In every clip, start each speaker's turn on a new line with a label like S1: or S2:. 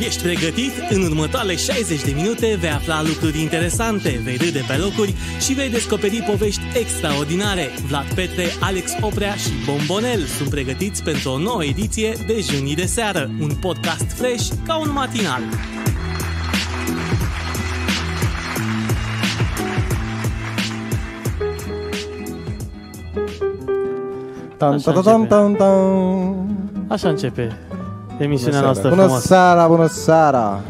S1: Ești pregătit? În următoarele 60 de minute vei afla lucruri interesante, vei râde pe locuri și vei descoperi povești extraordinare. Vlad Petre, Alex Oprea și Bombonel sunt pregătiți pentru o nouă ediție de Junii de Seară, un podcast fresh ca un matinal.
S2: Tan,
S3: Așa
S2: tan, tan,
S3: începe.
S2: tan, tan.
S3: Așa începe emisiunea
S2: Bună
S3: noastră
S2: seara. Bună
S3: frumoasă.
S2: seara, bună seara.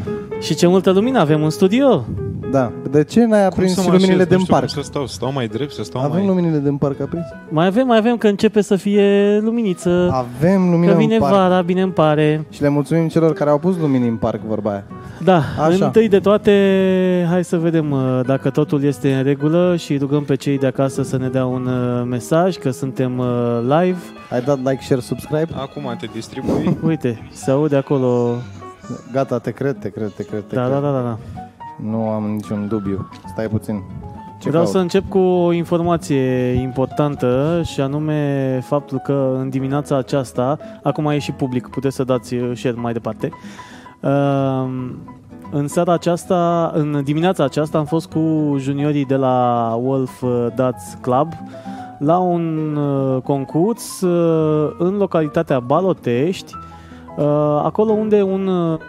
S3: Și ce multă lumină avem în studio.
S2: Da, de ce n-ai
S4: Cum să
S2: aprins
S4: mă
S2: luminile
S4: așez? Nu
S2: din
S4: știu
S2: parc?
S4: Cum să stau, să stau mai drept, să stau
S2: Avem
S4: mai...
S2: luminile din parc aprins?
S3: Mai avem, mai avem, că începe să fie luminiță.
S2: Avem
S3: Da. că
S2: lumini
S3: vine
S2: în parc.
S3: vara, bine îmi pare.
S2: Și le mulțumim celor care au pus lumini în parc, vorba aia.
S3: Da,
S2: Așa.
S3: Așa. întâi de toate, hai să vedem uh, dacă totul este în regulă și rugăm pe cei de acasă să ne dea un uh, mesaj că suntem uh, live.
S2: Ai dat like, share, subscribe?
S3: Da.
S4: Acum te distribui.
S3: Uite, se aude acolo.
S2: Gata, te cred, te cred, te cred, te
S3: Da,
S2: cred.
S3: da, da, da. da.
S2: Nu am niciun dubiu. Stai puțin. Ce
S3: Vreau
S2: caut?
S3: să încep cu o informație importantă și anume faptul că în dimineața aceasta, acum e și public, puteți să dați uh, share mai departe. Um, În seara aceasta, în dimineața aceasta am fost cu juniorii de la Wolf uh, Dats Club la un uh, concurs uh, în localitatea Balotești, uh, acolo unde un uh,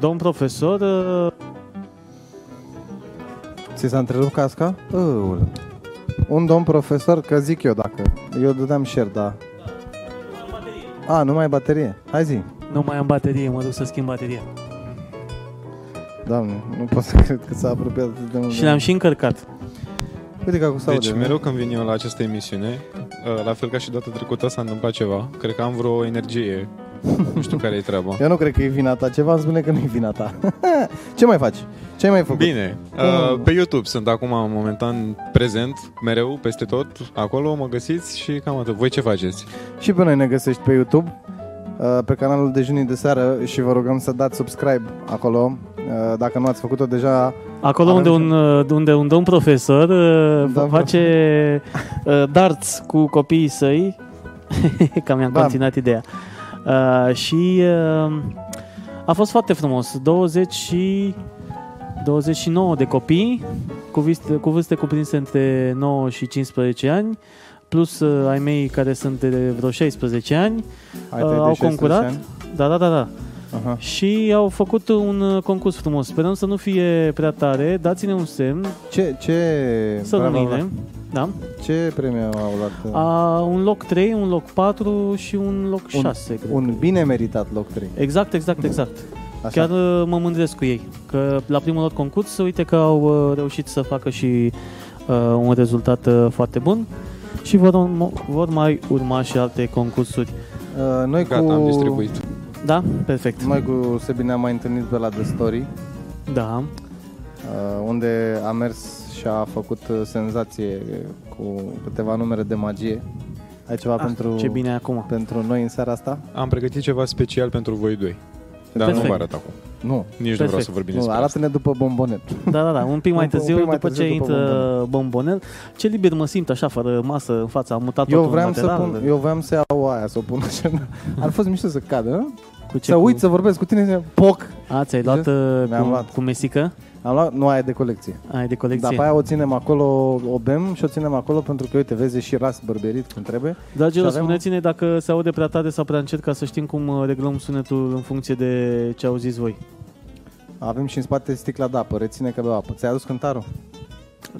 S3: domn profesor uh,
S2: Ți s-a întrerupt casca? Aoleu. Un domn profesor, că zic eu dacă. Eu dădeam share, da. A, nu mai baterie. Hai zi.
S3: nu mai am baterie, mă duc să schimb bateria.
S2: Doamne, nu pot să cred că s-a apropiat atât de mult.
S3: Și
S2: de
S3: le-am și încărcat.
S2: Uite că acum s-aude.
S4: Deci
S2: nu?
S4: mereu când vin eu la această emisiune, uh, la fel ca și data trecută s-a întâmplat ceva. Cred că am vreo energie. Nu știu care e treaba.
S2: Eu nu cred că e vina ta. Ceva îmi spune că nu e vina ta. Ce mai faci? Ce ai mai făcut?
S4: Bine, uh, pe YouTube sunt acum momentan prezent, mereu, peste tot, acolo mă găsiți și cam atât. Voi ce faceți?
S2: Și pe noi ne găsești pe YouTube, uh, pe canalul Dejunii de Seară și vă rugăm să dați subscribe acolo. Uh, Dacă nu ați făcut-o deja,
S3: Acolo unde
S2: Avem
S3: un, uh, unde un domn profesor uh,
S2: Da,
S3: face uh, darts cu copiii săi, că mi-am
S2: Da.
S3: conținut ideea, uh, și uh, a fost foarte frumos, 20 și 29 de copii cu vârste, cu vârste cuprinse între 9 și 15 ani, plus uh, ai mei care sunt de vreo 16 ani,
S2: hai,
S3: Uh,
S2: te-ai de
S3: au
S2: 16
S3: concurat?
S2: ani.
S3: da, da, da, da.
S2: Aha.
S3: Și au făcut un uh, concurs frumos. Sperăm să nu fie prea tare. Dați-ne un semn,
S2: Ce, ce,
S3: să
S2: bravo,
S3: nu
S2: Vlad.
S3: mine. Da.
S2: ce premiu au luat?
S3: A, un loc 3, un loc 4 și un loc
S2: Un-
S3: 6, cred.
S2: Uh, Un bine meritat loc 3.
S3: Exact, exact, exact.
S2: Așa.
S3: Chiar uh, mă mândresc cu ei. Că la primul lor concurs, uite că au uh, reușit să facă și uh, un rezultat uh, foarte bun. Și vor, urma- vor mai urma și alte concursuri.
S2: Uh, noi
S4: Gata,
S2: cu...
S4: am distribuit.
S3: Da? Perfect.
S2: Noi cu Sebi ne-am mai întâlnit pe la The Story,
S3: Da.
S2: uh, unde a mers și a făcut uh, senzație cu câteva numere de magie. Ai ceva
S3: Ah,
S2: pentru,
S3: Ce bine e acum.
S2: pentru noi în seara asta?
S4: Am pregătit ceva special pentru voi doi. Dar nu
S3: Perfect.
S4: vă arăt acum.
S2: Nu,
S4: Nici nu vreau
S3: Perfect.
S4: să vorbim
S2: nu
S4: despre asta.
S2: arată-ne după bombonet.
S3: Da, da, da, un pic mai
S2: Un- un
S3: târziu,
S2: pic mai
S3: după
S2: târziu
S3: ce
S2: după
S3: intră bombonel. Ce liber mă simt așa, fără masă în fața, am mutat
S2: Eu
S3: totul
S2: vreau,
S3: în
S2: să
S3: lateral.
S2: pun, eu vreau să iau aia, să o pun așa. Ar fost mișto să cadă, nu?
S3: Cu ce
S2: Să
S3: cu-
S2: uit, să vorbesc cu tine, să- poc!
S3: A, ți-ai luat uh,
S2: Mi-am
S3: cu,
S2: luat.
S3: cu mesică?
S2: Am luat, nu, aia e de colecție.
S3: Ai de
S2: Dar
S3: colecție.
S2: pe aia o ținem acolo, o bem și o ținem acolo pentru că, uite, vezi, e și ras bărberit când trebuie.
S3: Dragilor,
S2: și avem-
S3: spuneți-ne dacă se aude prea tare sau prea încet ca să știm cum uh, reglăm sunetul în funcție de ce auziți voi.
S2: Avem și în spate sticla de apă, reține că bea apă. Ți-ai adus cântarul?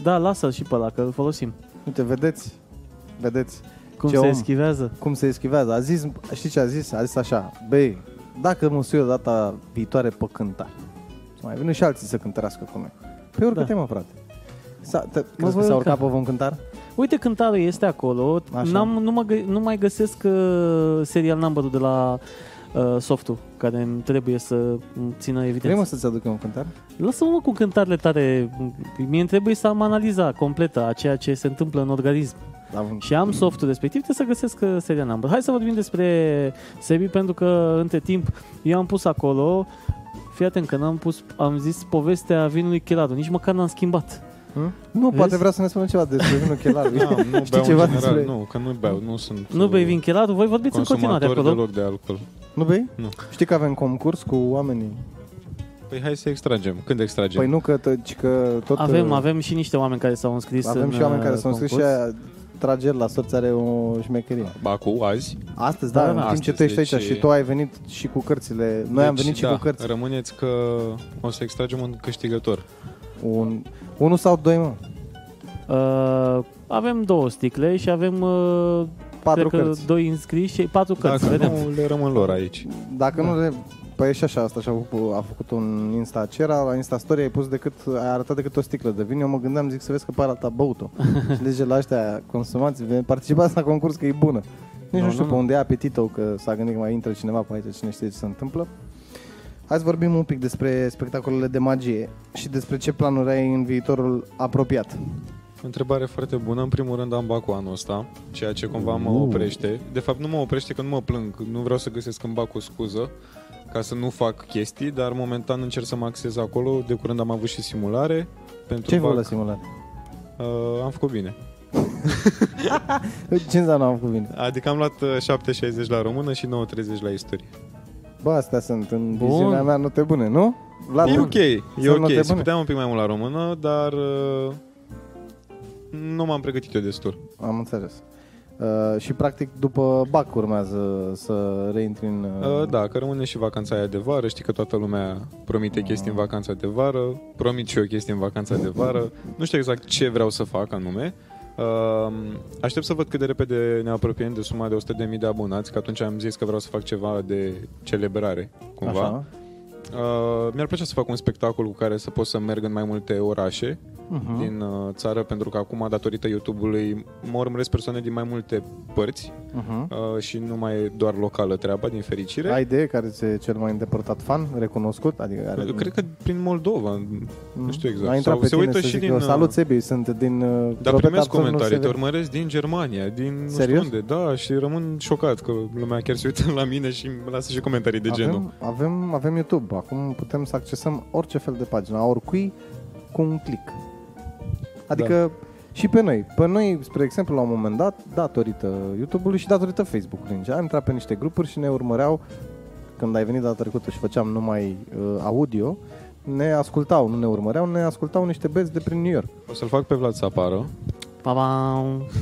S3: Da, lasă-l și pe ăla, că îl folosim.
S2: Uite, vedeți? Vedeți
S3: Cum
S2: Ce
S3: se
S2: om?
S3: eschivează?
S2: cum se eschivează. A zis, știi ce a zis? A zis așa, băi, dacă mă sui o data viitoare pe cânta, să mai vină și alții să cântărească cu noi. Păi urcă-te, mă, frate. S-a, te, crezi că
S3: voi
S2: s-a
S3: urca.
S2: urcat pe un cântar?
S3: Uite, cântarul este acolo.
S2: Așa.
S3: N-am, nu, mă, gă- nu mai găsesc uh, serial number-ul de la uh, softul care îmi trebuie să țină
S2: Vrei, mă,
S3: evidență.
S2: să-ți aduc eu un cântar?
S3: Lasă-mă cu cântarele tare. Mie îmi trebuie să am analiza completă a ceea ce se întâmplă în organism.
S2: Am,
S3: Și am softul respectiv, trebuie să găsesc uh, seria number. Hai să vorbim despre Sebi, pentru că între timp eu am pus acolo, fii atent că n-am pus, am zis povestea vinului Chelaru, nici măcar n-am schimbat.
S2: Hm? Nu,
S3: Vezi?
S2: poate vrea să ne spună ceva despre vinul chelar.
S4: Da, nu beau
S2: ceva
S4: în general,
S2: despre-
S4: nu, că nu beau, nu sunt
S3: Nu bei
S4: uh,
S3: vin Chelaru, voi vorbiți în continuare
S4: consumator
S3: acolo.
S4: deloc de alcool.
S2: Nu bei?
S4: Nu.
S2: Știi că avem concurs cu oamenii?
S4: Păi hai să extragem. Când extragem?
S2: Păi nu că, tot, ci că tot... uh,
S3: Avem, avem și niște oameni care s-au înscris
S2: avem
S3: în,
S2: și oameni care
S3: uh,
S2: s-au înscris și
S3: concurs.
S2: aia, trageri la sorți are o șmecherie.
S4: Acum, azi.
S2: Astăzi,
S3: Da,
S2: da,
S3: da,
S2: în
S3: da.
S2: timp ce tu
S4: Astăzi,
S2: ești aici
S4: deci-
S2: și tu ai venit și cu cărțile, noi am
S4: Deci,
S2: venit și
S4: da,
S2: cu cărți.
S4: Rămâneți că o să extragem un câștigător.
S2: Un, unul sau doi, mă.
S3: Uh, avem două sticle și avem uh,
S2: Patru
S3: cred că
S2: cărți.
S3: doi înscriși și patru cărți.
S4: Dacă
S3: vedem.
S4: nu, le rămân lor aici.
S2: Dacă nu le... Păi e și așa, asta și-a făcut, a făcut un Insta Cera, la Insta Story ai pus decât, ai arătat decât o sticlă de vin, eu mă gândeam, zic să vezi că pe arată băut-o. și lege la ăștia consumați, "Ve- participați la concurs că e bună. Nici nu, nu știu pe unde e apetitul, că s-a gândit că mai intră cineva pe aici, cine știe ce se întâmplă. Hai să vorbim un pic despre spectacolele de magie și despre ce planuri ai în viitorul apropiat.
S4: Întrebare foarte bună. În primul rând am bacul anul ăsta, ceea ce cumva mă
S2: Uh.
S4: oprește. De fapt, nu mă oprește că nu mă plâng. Nu vreau să găsesc în bac o scuză ca să nu fac chestii, dar momentan încerc să mă axez acolo. De curând am avut și simulare. Pentru
S2: Ce ai
S4: bac,
S2: făcut la simulare?
S4: uh, am făcut bine.
S2: Ce înseamnă am cuvinte?
S4: Adică am luat uh, 7,60 la română și 9,30 la istorie.
S2: Bă, astea sunt în
S3: Bun.
S2: viziunea mea note bune, nu? Vlad,
S4: E
S2: nu?
S4: ok, e
S2: Sunt note
S4: ok. Se
S2: bune.
S4: putea un pic mai mult la română, dar uh, nu m-am pregătit eu destul.
S2: Am înțeles. Uh, și practic după BAC urmează să reintri în...
S4: Uh, Da, că rămâne și vacanța aia de vară, știi că toată lumea promite chestii în
S2: Ah.
S4: vacanța de vară, promit și eu chestii în vacanța de vară, nu știu exact ce vreau să fac anume. Uh, Aștept să văd cât de repede ne apropiem de suma de 100.000 de abonați, că atunci am zis că vreau să fac ceva de celebrare, cumva.
S2: Așa.
S4: Uh, mi-ar plăcea să fac un spectacol cu care să pot să merg în mai multe orașe
S2: Mhm,
S4: uh-huh. din uh, țară, pentru că acum, datorită YouTube-ului, mă urmăresc persoane din mai multe părți
S2: Uh-huh.
S4: uh, și nu mai e doar locală treaba, din fericire.
S2: Ai idee care ți-e cel mai îndepărtat fan, recunoscut? Adică care...
S4: Eu Uh, Cred că prin Moldova, nu știu exact.
S2: A intrat
S4: Sau
S2: pe
S4: se
S2: tine
S4: uită
S2: să
S4: și
S2: zic
S4: din...
S2: eu,
S4: uh,
S2: Salut, Sebi, sunt din... uh,
S4: dar
S2: Robert
S4: primesc
S2: Abson, nu se
S4: comentarii, te
S2: vede."
S4: urmăresc din Germania, din
S2: Serios?
S4: nu știu unde, da, și rămân șocat că lumea chiar se uită la mine și îmi lasă și comentarii de genul.
S2: avem, avem, avem YouTube, acum putem să accesăm orice fel de pagină, a oricui cu un click. Adică da. și pe noi. Pe noi, spre exemplu, la un moment dat, datorită YouTube-ului și datorită Facebook-ului, în general, am intrat pe niște grupuri și ne urmăreau când ai venit data trecută și făceam numai uh, audio, ne ascultau, nu ne urmăreau, ne ascultau niște băieți de prin New York.
S4: O să-l fac pe Vlad să apară,
S3: Pa, pa.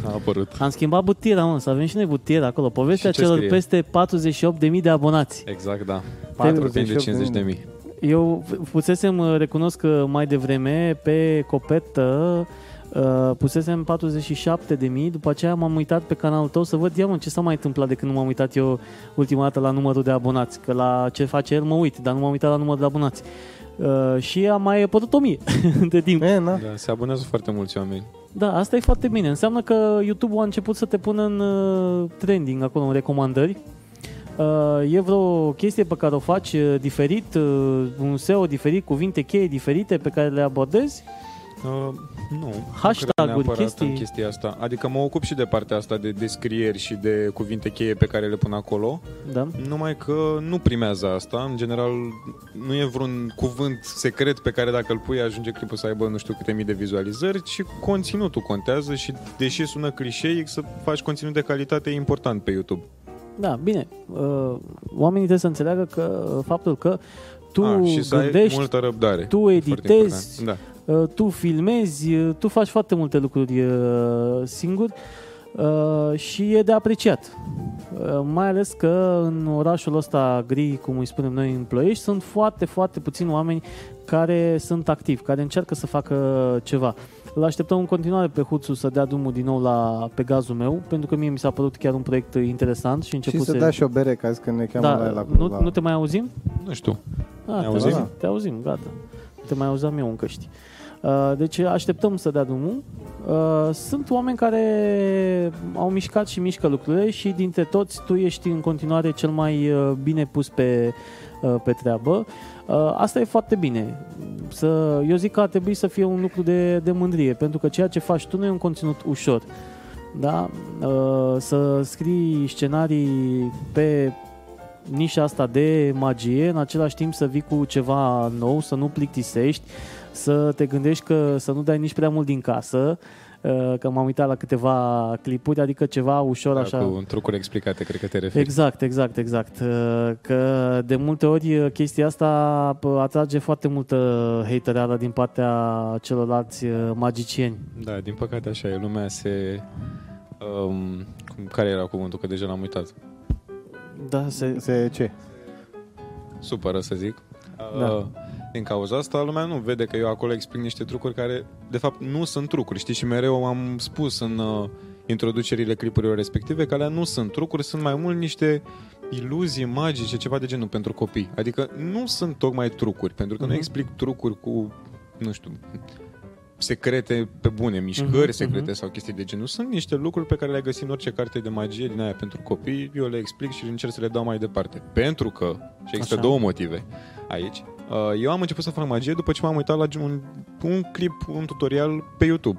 S4: a apărut.
S3: Am schimbat butiera, mă, să avem și noi butiera acolo. Povestea
S4: Și ce
S3: celor
S4: scrie?
S3: peste 48.000 de abonați.
S4: Exact, da. 4
S2: 48
S4: de 50 de
S2: de
S4: mii.
S3: Eu f- pusesem, uh, recunosc că mai devreme, pe copetă, uh, pusesem 47.000, după aceea m-am uitat pe canalul tău să văd, ia mă, ce s-a mai întâmplat de când nu m-am uitat eu ultima dată la numărul de abonați, că la ce face el mă uit, dar nu m-am uitat la numărul de abonați. Uh, și a mai apărut 1000 de timp.
S2: E, na.
S4: Da, se abonează foarte mulți oameni.
S3: Da, asta e foarte bine. Înseamnă că YouTube-ul a început să te pună în uh, trending acolo, în recomandări. Uh, e vreo chestie pe care o faci uh, diferit, uh, un SEO diferit, cuvinte cheie diferite pe care le abordezi?
S4: Uh, nu.
S3: Hashtag-uri,
S4: nu cred neapărat
S3: chestii.
S4: în chestia asta. Adică mă ocup și de partea asta de descrieri și de cuvinte cheie pe care le pun acolo,
S3: Da.
S4: numai că nu primează asta. În general, nu e vreun cuvânt secret pe care dacă îl pui ajunge clipul să aibă nu știu câte mii de vizualizări, ci conținutul contează și deși sună clișeic, să faci conținut de calitate e important pe YouTube.
S3: Da, bine. Uh, oamenii trebuie să înțeleagă că uh, faptul că tu
S4: A, Ah, și să ai
S3: gândești,
S4: multă răbdare.
S3: tu
S4: Foarte
S3: editezi,
S4: important. Da.
S3: Uh, tu filmezi, uh, tu faci foarte multe lucruri uh, singur uh, și e de apreciat. Uh, Mai ales că în orașul ăsta gri, cum îi spunem noi în Ploiești, sunt foarte, foarte puțini oameni care sunt activi, care încearcă să facă ceva. Îl așteptăm în continuare pe Huțu să dea drumul din nou la pe gazul meu, pentru că mie mi s-a părut chiar un proiect uh, interesant și
S2: Și
S3: începuse...
S2: să dea și o bere, ca zis că ne cheamă
S3: da,
S2: la el acolo.
S3: nu,
S2: la...
S3: nu te mai auzim?
S4: Nu știu.
S3: Ah,
S4: Ne
S3: te
S4: auzim?
S3: auzim? Te auzim, gata. Te mai auzeam eu în căști. Uh, Deci așteptăm să dea drumul. Uh, Sunt oameni care au mișcat și mișcă lucrurile și dintre toți tu ești în continuare cel mai uh, bine pus pe, uh, pe treabă. Uh, Asta e foarte bine. Să, eu zic că ar trebui să fie un lucru de, de mândrie, pentru că ceea ce faci tu nu e un conținut ușor. Da? Uh, Să scrii scenarii pe nișa asta de magie, în același timp să vii cu ceva nou, să nu plictisești, să te gândești că să nu dai nici prea mult din casă, uh, că m-am uitat la câteva clipuri, adică ceva ușor
S4: Da,
S3: așa...
S4: Cu trucuri explicate, cred că te referi.
S3: Exact, exact, exact. Uh, Că de multe ori uh, chestia asta pă, atrage foarte multă hatereală din partea celorlalți uh, magicieni.
S4: Da, din păcate așa e. Lumea se... Um, cum, care era cuvântul? Că deja l-am uitat.
S3: Da, se...
S2: Se ce?
S4: Supără, să zic.
S3: Da.
S4: Uh, din cauza asta, lumea nu vede că eu acolo explic niște trucuri care, de fapt, nu sunt trucuri. Știi, și mereu am spus în uh, introducerile clipurilor respective că alea nu sunt trucuri, sunt mai mult niște iluzii magice, ceva de genul pentru copii. Adică nu sunt tocmai trucuri, pentru că nu
S3: Mhm.
S4: explic trucuri cu, nu știu, secrete pe bune, mișcări
S3: Mhm,
S4: secrete sau chestii de genul. Sunt niște lucruri pe care le-ai găsit în orice carte de magie din aia pentru copii, eu le explic și încerc să le dau mai departe. Pentru că, și există
S3: Așa.
S4: două motive aici, Uh, eu am început să fac magie după ce m-am uitat la un, un clip, un tutorial pe YouTube.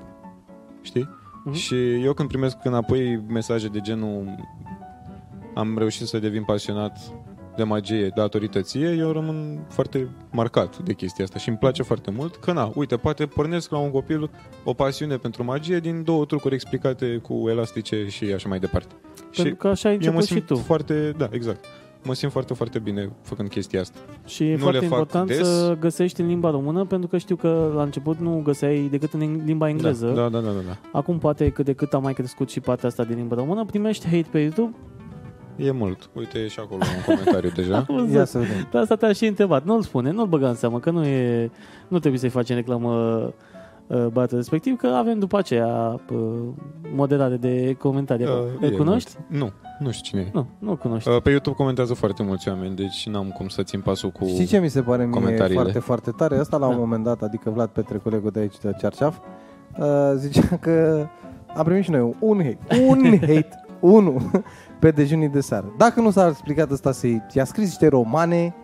S4: Știi?
S3: Mhm.
S4: Și eu când primesc înapoi mesaje de genul am reușit să devin pasionat de magie datorită ție, eu rămân foarte marcat de chestia asta și îmi place foarte mult că, na, uite, poate pornesc la un copil o pasiune pentru magie din două trucuri explicate cu elastice și așa mai departe.
S3: Pentru
S4: Și
S3: că așa ai
S4: eu mă
S3: început și
S4: simt
S3: tu.
S4: foarte, da, exact. Mă simt foarte, foarte bine făcând chestia asta. Da,
S3: Și e
S4: nu
S3: foarte
S4: le fac
S3: important
S4: des.
S3: să găsești în limba română, pentru că știu că la început nu găseai decât în eng- limba engleză.
S4: Da, da, da, da, da.
S3: Acum poate cât de cât a mai crescut și partea asta din limba română, primești hate pe YouTube.
S4: E mult. Uite, e și acolo un comentariu
S3: Ah,
S4: deja.
S2: Ia să vedem.
S3: Dar asta te-a și întrebat. Nu-l spune, nu-l băga în seamă, că nu e... Nu trebuie să-i facem reclamă uh, băiatul respectiv, că avem după aceea uh, moderare de comentarii.
S4: Uh,
S3: Îl
S4: e
S3: cunoști?
S4: mult. Nu, nu știu cine e.
S3: Nu, nu cunoști.
S4: Uh, Pe YouTube comentează foarte mulți oameni, deci n-am cum să țin pasul cu...
S2: Știi ce mi se pare mie
S4: comentariile.
S2: foarte, foarte tare? Asta la un
S3: Da.
S2: moment dat, adică Vlad Petre, colegul de aici de Cearșaf, uh, zicea că am primit și noi un hate, un hate, unul pe dejunii de seară. Dacă nu s-a explicat asta, se i-a scris niște romane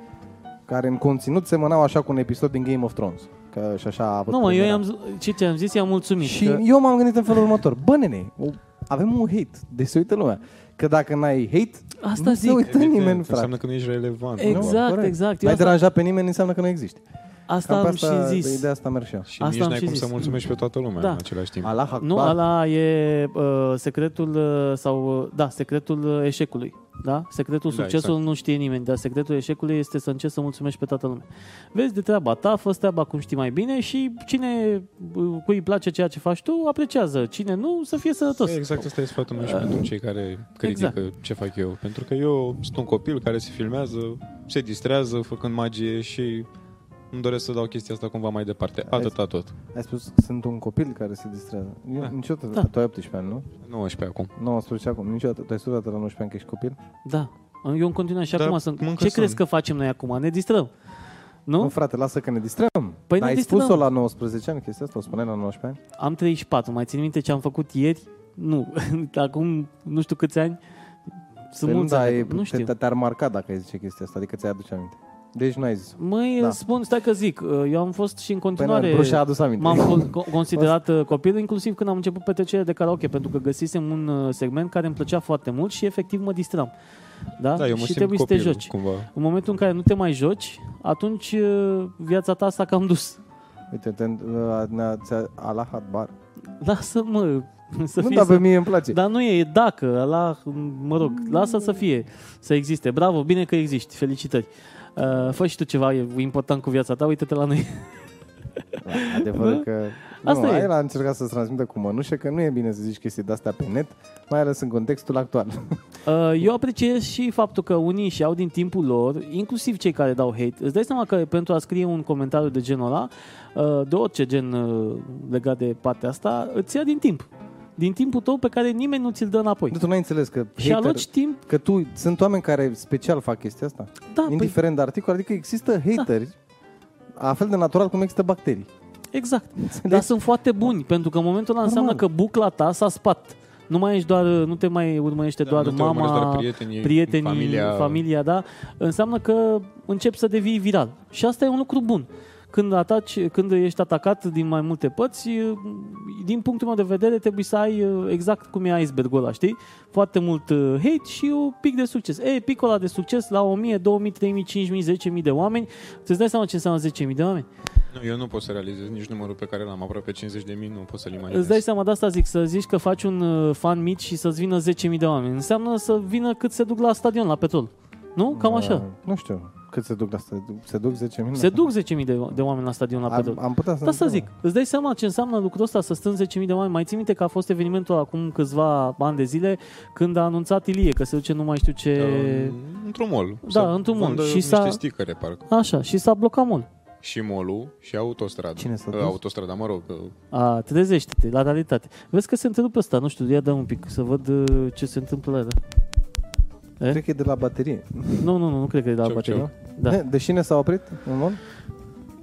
S2: care în conținut semănau așa cu un episod din Game of Thrones. Că și așa a avut
S3: Nu, mă, eu
S2: premiera.
S4: da.
S3: i-am, z- ce ți-am zis, i-am mulțumit.
S2: Și
S3: că...
S2: eu m-am gândit în felul următor. Bă, nene, o- avem un hate, deci se uită lumea. Că dacă n-ai hate,
S3: Asta
S2: nu
S3: zic.
S2: se uită
S4: Evident,
S2: nimeni, frate.
S4: Înseamnă că nu ești relevant. Nu?
S3: Exact,
S2: Corect.
S3: exact. Eu
S2: N-ai
S3: asta,
S2: deranjat pe nimeni, înseamnă că nu există.
S3: asta
S2: Cam
S3: am
S2: pe
S3: și
S2: de
S3: zis.
S2: ideea asta merg și eu.
S4: Și
S3: Asta
S4: nici
S3: am
S4: n-ai
S3: și
S4: cum
S3: zis.
S4: să mulțumești pe toată lumea
S3: Da.
S4: în același timp.
S2: Allah
S3: Nu, ala e uh, secretul uh, sau uh, da, secretul uh, eșecului. Da? Secretul
S4: Da,
S3: succesului
S4: exact.
S3: nu știe nimeni, dar secretul eșecului este să încerci să mulțumești pe toată lumea. Vezi de treaba ta, fă treaba cum știi mai bine și cine uh, cui îi place ceea ce faci tu, apreciază. Cine nu, să fie sănătos.
S4: E, Exact, asta e sfatul
S3: Ă,
S4: meu și pentru cei care
S3: exact.
S4: critică ce fac eu. Pentru că eu sunt un copil care se filmează, se distrează făcând magie și îmi doresc să dau chestia asta cumva mai departe. Atâta tot.
S2: Ai spus, sunt un copil care se distrează. Eu,
S4: Da.
S2: Niciodată,
S3: Da.
S2: tu ai 18 ani, nu?
S4: 19 acum.
S2: 19 acum, niciodată. Tu ai spus dată la 19 ani că ești copil?
S3: Da. Eu în continuare și
S2: Da,
S4: Dar
S3: acum sunt. Ce
S4: încă sunt.
S3: crezi că facem noi acum? Ne distrăm. Nu?
S2: Nu, frate, lasă că ne distrăm.
S3: Păi
S2: Dar
S3: ne
S2: ai
S3: distrăm.
S2: spus-o la 19 ani chestia asta, o spuneai la 19 ani?
S3: Am 34, mai țin minte ce am făcut ieri? Nu, acum nu știu câți ani. Sunt
S2: Păi nu,
S3: mulți
S2: dar
S3: ani,
S2: e-
S3: nu știu.
S2: Te, te-ar marca dacă ai zice chestia asta, adică ți-ai aduce aminte. Deci nu ai zis.
S3: Măi,
S2: Da.
S3: da. spun, stai că zic, eu am fost și în
S2: Păi nu,
S3: continuare...
S2: Bruce a adus aminte.
S3: M-am con- con- considerat uh, copil, inclusiv când am început petrecerea de karaoke, pentru că găsisem un uh, segment care îmi plăcea foarte mult și efectiv mă distram. Da?
S4: Da, eu mă
S3: și
S4: simt
S3: trebuie să te
S4: copil,
S3: joci.
S4: cumva.
S3: În momentul în care nu te mai joci, atunci uh, viața ta s-a cam dus.
S2: Uite, te, uh, ne-a- ți-a, Allah Akbar.
S3: Lasă, mă, să
S2: Nu,
S3: fii...
S2: dar
S3: să-
S2: pe mie îmi place.
S3: Dar nu e, e dacă, la, mă rog, lasă să fie, să existe. Bravo, bine că existi, felicitări. Uh, fă și tu ceva e important cu viața ta, uite-te la noi.
S2: Adevărul
S3: Da?
S2: că...
S3: Asta
S2: nu,
S3: e.
S2: el a încercat să-ți transmită cu mănușă că nu e bine să zici chestii de-astea pe net, mai ales în contextul actual.
S3: Uh, Eu apreciez și faptul că unii și au din timpul lor, inclusiv cei care dau hate. Îți dai seama că pentru a scrie un comentariu de genul ăla, uh, de orice gen uh, legat de partea asta, îți ia din timp. Din timpul tău pe care nimeni nu ți-l dă înapoi.
S2: Tu n-ai înțeles că
S3: Și
S2: hater,
S3: aloci timp,
S2: că tu sunt oameni care special fac chestia asta.
S3: da, păi, Da.
S2: Indiferent de articol, adică există hateri la fel de natural cum există bacterii.
S3: exact. Dar
S2: Înțelegi?
S3: sunt foarte buni, pentru că în momentul ăla înseamnă că
S2: Normal.
S3: bucla ta s-a spat. Nu mai ești doar, nu te mai urmărește
S4: Da,
S3: doar
S4: nu te
S3: mama,
S4: urmăresc doar prietenii,
S3: prietenii
S4: familia.
S3: familia, da? Înseamnă că începi să devii viral. Și asta e un lucru bun. Când, ataci, când ești atacat din mai multe părți, din punctul meu de vedere, trebuie să ai exact cum e icebergul ăla, știi? Foarte mult uh, hate și un pic de succes. E, picul ăla de succes la 1000, 2000, 3000, 5000, 10.000 de oameni, îți dai seama ce înseamnă 10.000 de oameni?
S4: Nu, eu nu pot să realizez nici numărul pe care l-am, aproape 50 de mii, nu pot să-l imaginez.
S3: Îți dai seama de asta zic, să zici că faci un uh, fan mic și să-ți vină 10.000 de oameni. Înseamnă să vină cât se duc la stadion, la petrol. Nu? Cam așa.
S2: Da, Nu știu. Cât se duc la asta? Se duc 10.000?
S3: Se duc 10.000 de, de oameni la stadion la
S2: Am,
S3: petrol.
S2: am putea să
S3: Da, să zic, îți dai seama ce înseamnă lucrul ăsta să strânzi 10.000 de oameni. Mai ții minte că a fost evenimentul acum câțiva ani de zile când a anunțat Ilie că se duce nu mai știu ce...
S4: Um, într-un mall.
S3: Da,
S4: Să
S3: într-un mall.
S4: Vandă
S3: Și
S4: niște
S3: s-a-
S4: sticăre, parcă.
S2: Da.
S3: Așa, și s-a blocat mult.
S4: Și mall și autostrada.
S2: Cine s-a
S4: Uh,
S2: dus?
S4: Autostrada, mă rog. uh,
S3: A, trezește-te la realitate. Vezi că se întrerupe ăsta, nu știu, ia dă un pic să văd uh, ce se întâmplă la ăla.
S2: Cred că e de la baterie.
S3: Nu, nu, nu, nu cred că e de la
S4: Cioc,
S3: baterie.
S4: cioc.
S3: Da.
S2: Eh, Deși ne s-a oprit în mod?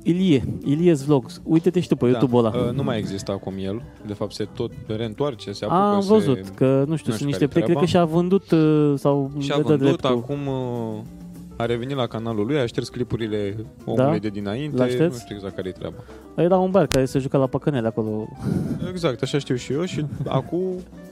S3: Ilie, Ilie's Vlogs. Uite-te și tu pe YouTube-ul ăla.
S4: uh, Nu mai există acum el. De fapt, se tot reîntoarce, se apucă,
S3: Am
S4: se...
S3: văzut că, nu știu,
S4: nu
S3: sunt
S4: știu
S3: niște
S4: care-i
S3: plec, cred că
S4: treaba.
S3: și-a vândut uh, sau
S4: Și-a
S3: le dă
S4: vândut,
S3: dreptul.
S4: acum uh, a revenit la canalul lui, a șters clipurile omului
S3: Da?
S4: de dinainte,
S3: L-a
S4: nu știu
S3: șters?
S4: exact care-i treaba.
S3: Era un băiat care se juca la păcănele acolo.
S4: Exact, așa știu și eu și acum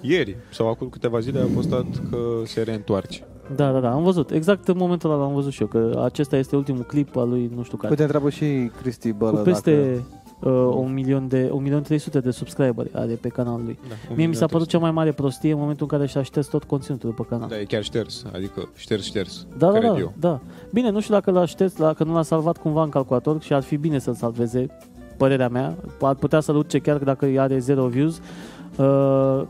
S4: ieri sau acum câteva zile a postat că se reîntoarce.
S3: Da, da, da, am văzut. Exact în momentul ăla l-am văzut și eu, că acesta este ultimul clip al lui nu știu care.
S2: Uite, întreabă și Cristi Bălă
S3: Cu
S2: dacă...
S3: peste uh, un milion de, un milion 300 de subscriberi are pe canalul lui.
S4: Da,
S3: Mie mi s-a părut cea mai mare prostie în momentul în care și-a șters tot conținutul de pe canal.
S4: Da, e chiar șters, adică șters, șters,
S3: Da, da,
S4: cred
S3: da,
S4: eu.
S3: da. Bine, nu știu dacă l-a șters, dacă nu l-a salvat cumva în calculator și ar fi bine să-l salveze, părerea mea. Ar putea să-l urce chiar dacă are 0 views. Uh,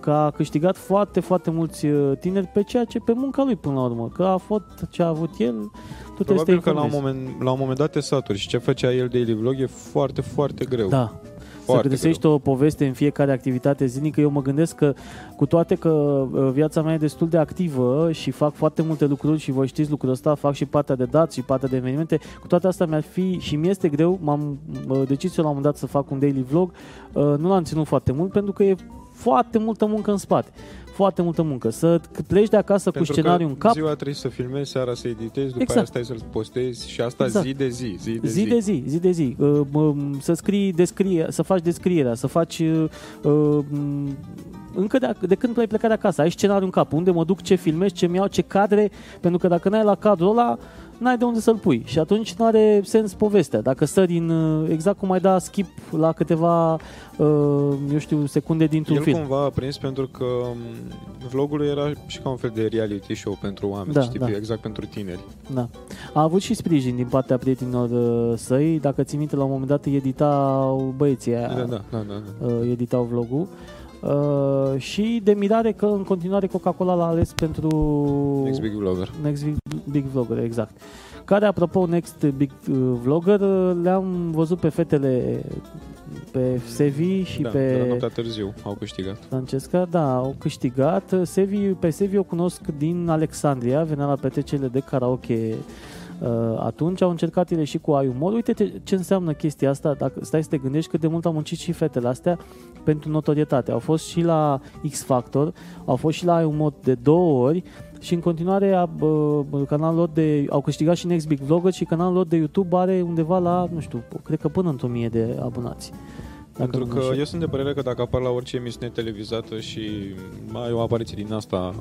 S3: că a câștigat foarte, foarte mulți uh, tineri pe ceea ce, pe munca lui până la urmă. Că a fost ce a avut el, tu te
S4: Probabil
S3: stai
S4: că la un, moment, la un moment dat te saturi și ce făcea el daily vlog e foarte, foarte greu.
S3: Da. Să
S4: Foarte
S3: găsești o poveste în fiecare activitate zilnică. Eu mă gândesc că, cu toate că uh, viața mea e destul de activă și fac foarte multe lucruri și voi știți lucrul ăsta, fac și partea de dat și partea de evenimente, cu toate astea mi-ar fi și mi este greu, m-am uh, decis eu la un moment dat să fac un daily vlog, Uh, nu l-am ținut foarte mult pentru că e foarte multă muncă în spate. Foarte multă muncă. Să pleci de acasă
S4: Pentru
S3: cu scenariu
S4: că
S3: în cap,
S4: ziua trebuie să filmezi, seara să editezi, după
S3: Exact.
S4: aia stai să-l postezi și asta
S3: Exact.
S4: zi de zi, zi de
S3: Zi de zi, zi de zi. Uh, m- Să scrii, descrie, să faci descrierea, să faci... uh, uh, m- Încă de, de când ai plecat de acasă, ai scenariul în cap, unde mă duc, ce filmez, ce-mi iau, ce cadre, pentru că dacă n-ai la cadrul ăla, n-ai de unde să-l pui și atunci nu are sens povestea. Dacă sări în, uh, exact cum ai da skip la câteva, uh, eu știu, secunde dintr-un
S4: El
S3: film.
S4: cumva a prins pentru că m, vlogul era și ca un fel de reality show pentru oameni,
S3: Da,
S4: știi,
S3: da.
S4: exact pentru tineri.
S3: Da. A avut și sprijin din partea prietenilor uh, săi, dacă ții minte, la un moment dat editau băieții aia.
S4: Da, da, da, da, da.
S3: uh, editau vlogul. Uh, și de mirare că în continuare Coca-Cola l-a ales pentru
S4: Next Big Vlogger.
S3: Next Big, Big Vlogger, exact. Care, apropo, Next Big uh, Vlogger, uh, le-am văzut pe fetele pe Sevi și
S4: da, de la
S3: pe
S4: noaptea târziu au câștigat.
S3: Francesca, da, au câștigat. Sevi, pe Sevi o cunosc din Alexandria, venea la petrecerile de karaoke uh, atunci, au încercat ele și cu ai umor. Uite ce înseamnă chestia asta, dacă stai să te gândești cât de mult au muncit și fetele astea pentru notorietate. Au fost și la X Factor, au fost și la ai umor de două ori și în continuare a, uh, canalul lor de, au câștigat și Next Big Vlogger și canalul lor de YouTube are undeva la, nu știu, cred că până într-o mie de abonați. Dacă
S4: Pentru
S3: nu mă
S4: că
S3: înșel.
S4: eu sunt de părere că dacă apar la orice emisiune televizată și ai o apariție din asta,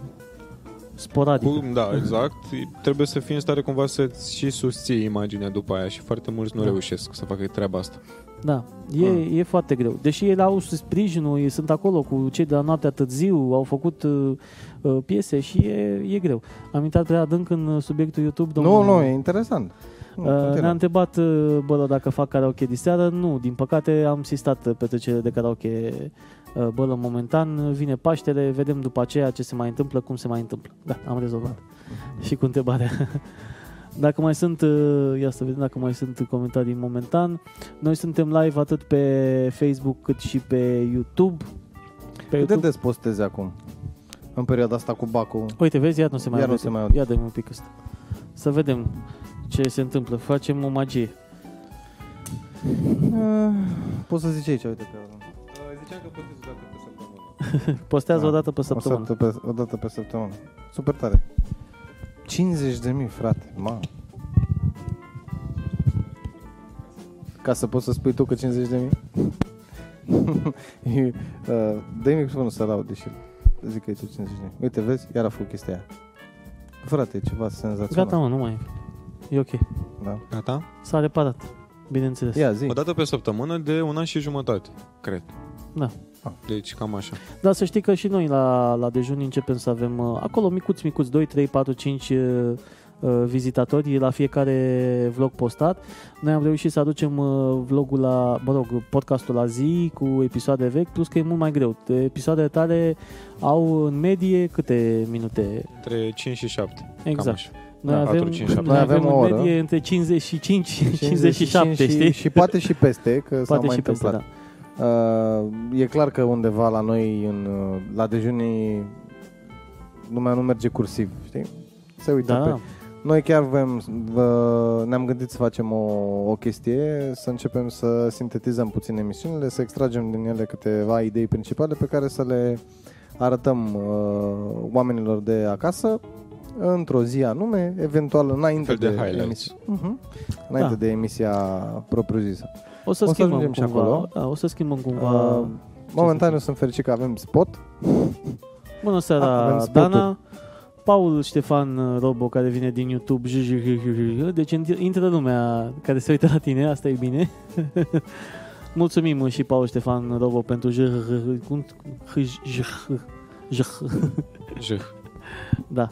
S3: sporadic.
S4: cu, da, exact, trebuie să fii în stare cumva să-ți și susții imaginea după aia și foarte mulți nu
S3: Da.
S4: reușesc să facă treaba asta.
S3: Da, e,
S2: Ah.
S4: Mm.
S3: e foarte greu. Deși ele au sprijinul, ei sunt acolo cu cei de la noaptea târziu, au făcut uh, uh, piese și e, e greu. Am intrat prea adânc în uh, subiectul YouTube.
S2: Nu,
S3: Domnul,
S2: nu, e interesant. Nu,
S3: Uh,
S2: continuă.
S3: ne-a întrebat uh, Bălă dacă fac karaoke de seară. Nu, din păcate am sistat uh, petrecerile de karaoke uh, Bălă momentan. Vine Paștele, vedem după aceea ce se mai întâmplă, cum se mai întâmplă. Da, am rezolvat.
S2: Mhm.
S3: Și cu întrebarea. Dacă mai sunt, uh, ia să vedem dacă mai sunt comentarii momentan. Noi suntem live atât pe Facebook cât și pe YouTube. Pe
S2: Cât de
S3: YouTube.
S2: des postezi acum? În perioada asta cu bacul.
S3: Uite, vezi, iar nu se mai
S2: Iar nu
S3: aude.
S2: se mai aude.
S3: Ia dă-mi un pic ăsta. Să vedem ce se întâmplă. Facem o magie. Eh.
S2: Uh, Poți să zici aici, uite pe
S4: Ziceam că puteți dacă pe săptămână.
S3: Postează
S2: Da.
S3: o dată pe săptămână.
S2: O, dată pe, o dată pe săptămână. Super tare. 50 de mii, frate, mamă. Ca să poți să spui tu că 50 de mii? Eu, uh, Dă-mi microfonul să-l aud, deși zic că e 50 de mii. Uite, vezi, iar a făcut chestia aia. Frate, e ceva senzațional.
S3: Gata, mă, nu mai e. E ok.
S2: Da.
S4: Gata?
S3: S-a reparat. bineînțeles.
S2: Ia zi.
S4: O dată pe săptămână de un an și jumătate, cred.
S3: Da.
S4: Deci cam așa.
S3: Dar să știi că și noi la, la dejun începem să avem uh, acolo micuți, micuți, 2, 3, 4, 5 uh, uh, vizitatori la fiecare vlog postat. Noi am reușit să aducem uh, vlogul la, mă rog, podcastul la zi cu episoade vechi, plus că e mult mai greu. Episoadele tale au în medie câte minute?
S4: Între 5 și 7. Cam
S3: Exact.
S4: așa.
S3: Noi
S4: Da,
S3: avem,
S4: 4, 5, 7.
S3: noi
S2: Noi
S3: avem
S2: avem o
S3: în
S2: oră.
S3: medie între 55 și 57,
S2: și,
S3: știi?
S2: Și poate și peste, că s-a
S3: Poate
S2: mai
S3: și peste,
S2: întâmplat.
S3: da.
S2: Uh, e clar că undeva la noi, în, uh, la dejunii, lumea nu merge cursiv, știi? Se uită
S3: Da,
S2: pe... Noi chiar vrem, vă, ne-am gândit să facem o, o chestie, să începem să sintetizăm puțin emisiunile, să extragem din ele câteva idei principale pe care să le arătăm uh, oamenilor de acasă într-o zi anume, eventual înainte
S4: Un fel de highlights.
S2: emisia, uh-huh, înainte
S3: Da.
S2: de emisia propriu-zisă.
S3: o să
S2: O să
S3: schimbăm
S2: ajungem și
S3: cumva.
S2: acolo.
S3: Da, o să schimbăm cumva.
S2: Uh, momentan
S3: să
S2: eu sunt fericit că avem spot.
S3: Bună
S2: Ah, avem
S3: seara,
S2: spotul.
S3: Dana. Paul Ștefan Robo, care vine din YouTube. j- j- j- j- j- Deci int- intră lumea care se uită la tine, asta e bine. Mulțumim și Paul Ștefan Robo pentru j- j- cum- j- j- j-
S4: Juh.
S3: Da.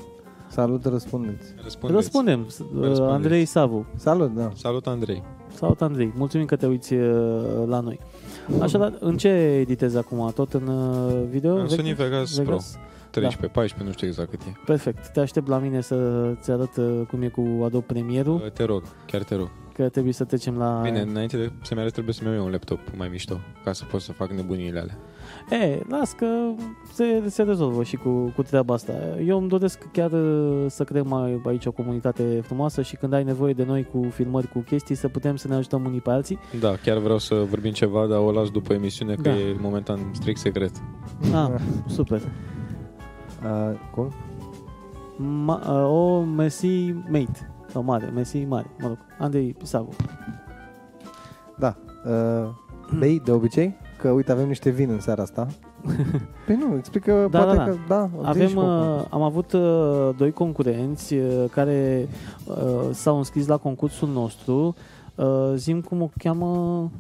S2: Salut, răspundeți.
S4: Răspundeți.
S3: Răspundem. S-
S4: Răspundeți.
S3: Andrei Savu.
S2: Salut, da.
S4: Salut, Andrei.
S3: Salut, Andrei. Mulțumim că te uiți uh, la noi. Așadar, în ce editezi acum? Tot în uh, video?
S4: În Sony
S3: Vegas?
S4: Vegas Pro.
S3: Vegas?
S4: 13, 14, nu știu exact cât e.
S3: Perfect. Te aștept la mine să-ți arăt uh, cum e cu Adobe Premiere-ul.
S4: Uh, Te rog, chiar te rog.
S3: că trebuie să trecem la...
S4: Bine, înainte de să-mi arăți, trebuie să-mi iau eu un laptop mai mișto, ca să pot să fac nebuniile alea.
S3: E, las că se, se rezolvă și cu, cu treaba asta. Eu îmi doresc chiar uh, să creăm mai- aici o comunitate frumoasă și când ai nevoie de noi cu filmări, cu chestii, să putem să ne ajutăm unii pe alții.
S4: Da, chiar vreau să vorbim ceva, dar o las după emisiune, că
S3: Da.
S4: e momentan strict secret.
S3: Ah, super.
S2: Uh, cum?
S3: Ma, uh, o Messi mate, sau mare, Messi mare, mă rog, Andrei Savu.
S2: Da. Uh, bei de obicei? Că uite, avem niște vin în seara asta. Păi nu, explică
S3: Da,
S2: poate
S3: da, da.
S2: că da. zi și
S3: Avem,
S2: cum.
S3: uh, am avut uh, doi concurenți uh, care uh, s-au înscris la concursul nostru. Uh, zim cum o cheamă...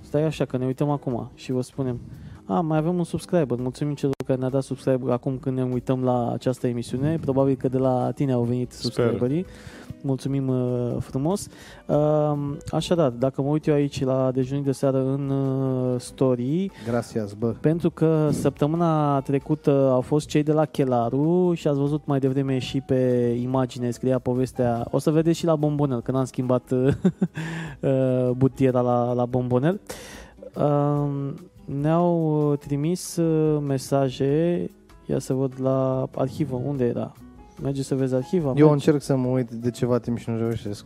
S3: Stai așa că ne uităm acum și vă spunem. A, mai avem un subscriber. Mulțumim celor care ne-a dat subscriber acum când ne uităm la această emisiune. Probabil că de la tine au venit subscriberii. Mulțumim uh, frumos. Uh, așadar, dacă mă uit eu aici la dejunii de seară în uh, story,
S2: Gracias, bă.
S3: pentru că săptămâna trecută au fost cei de la Chelaru și ați văzut mai devreme și pe imagine, scria povestea. O să vedeți și la bombonel, că n-am schimbat uh, uh, butiera la, la bombonel. Um, Ne-au uh, trimis uh, mesaje, ia să văd la arhivă, unde era? Merge să vezi arhiva?
S2: Eu
S3: Mergi.
S2: încerc să mă uit de ceva timp și nu reușesc.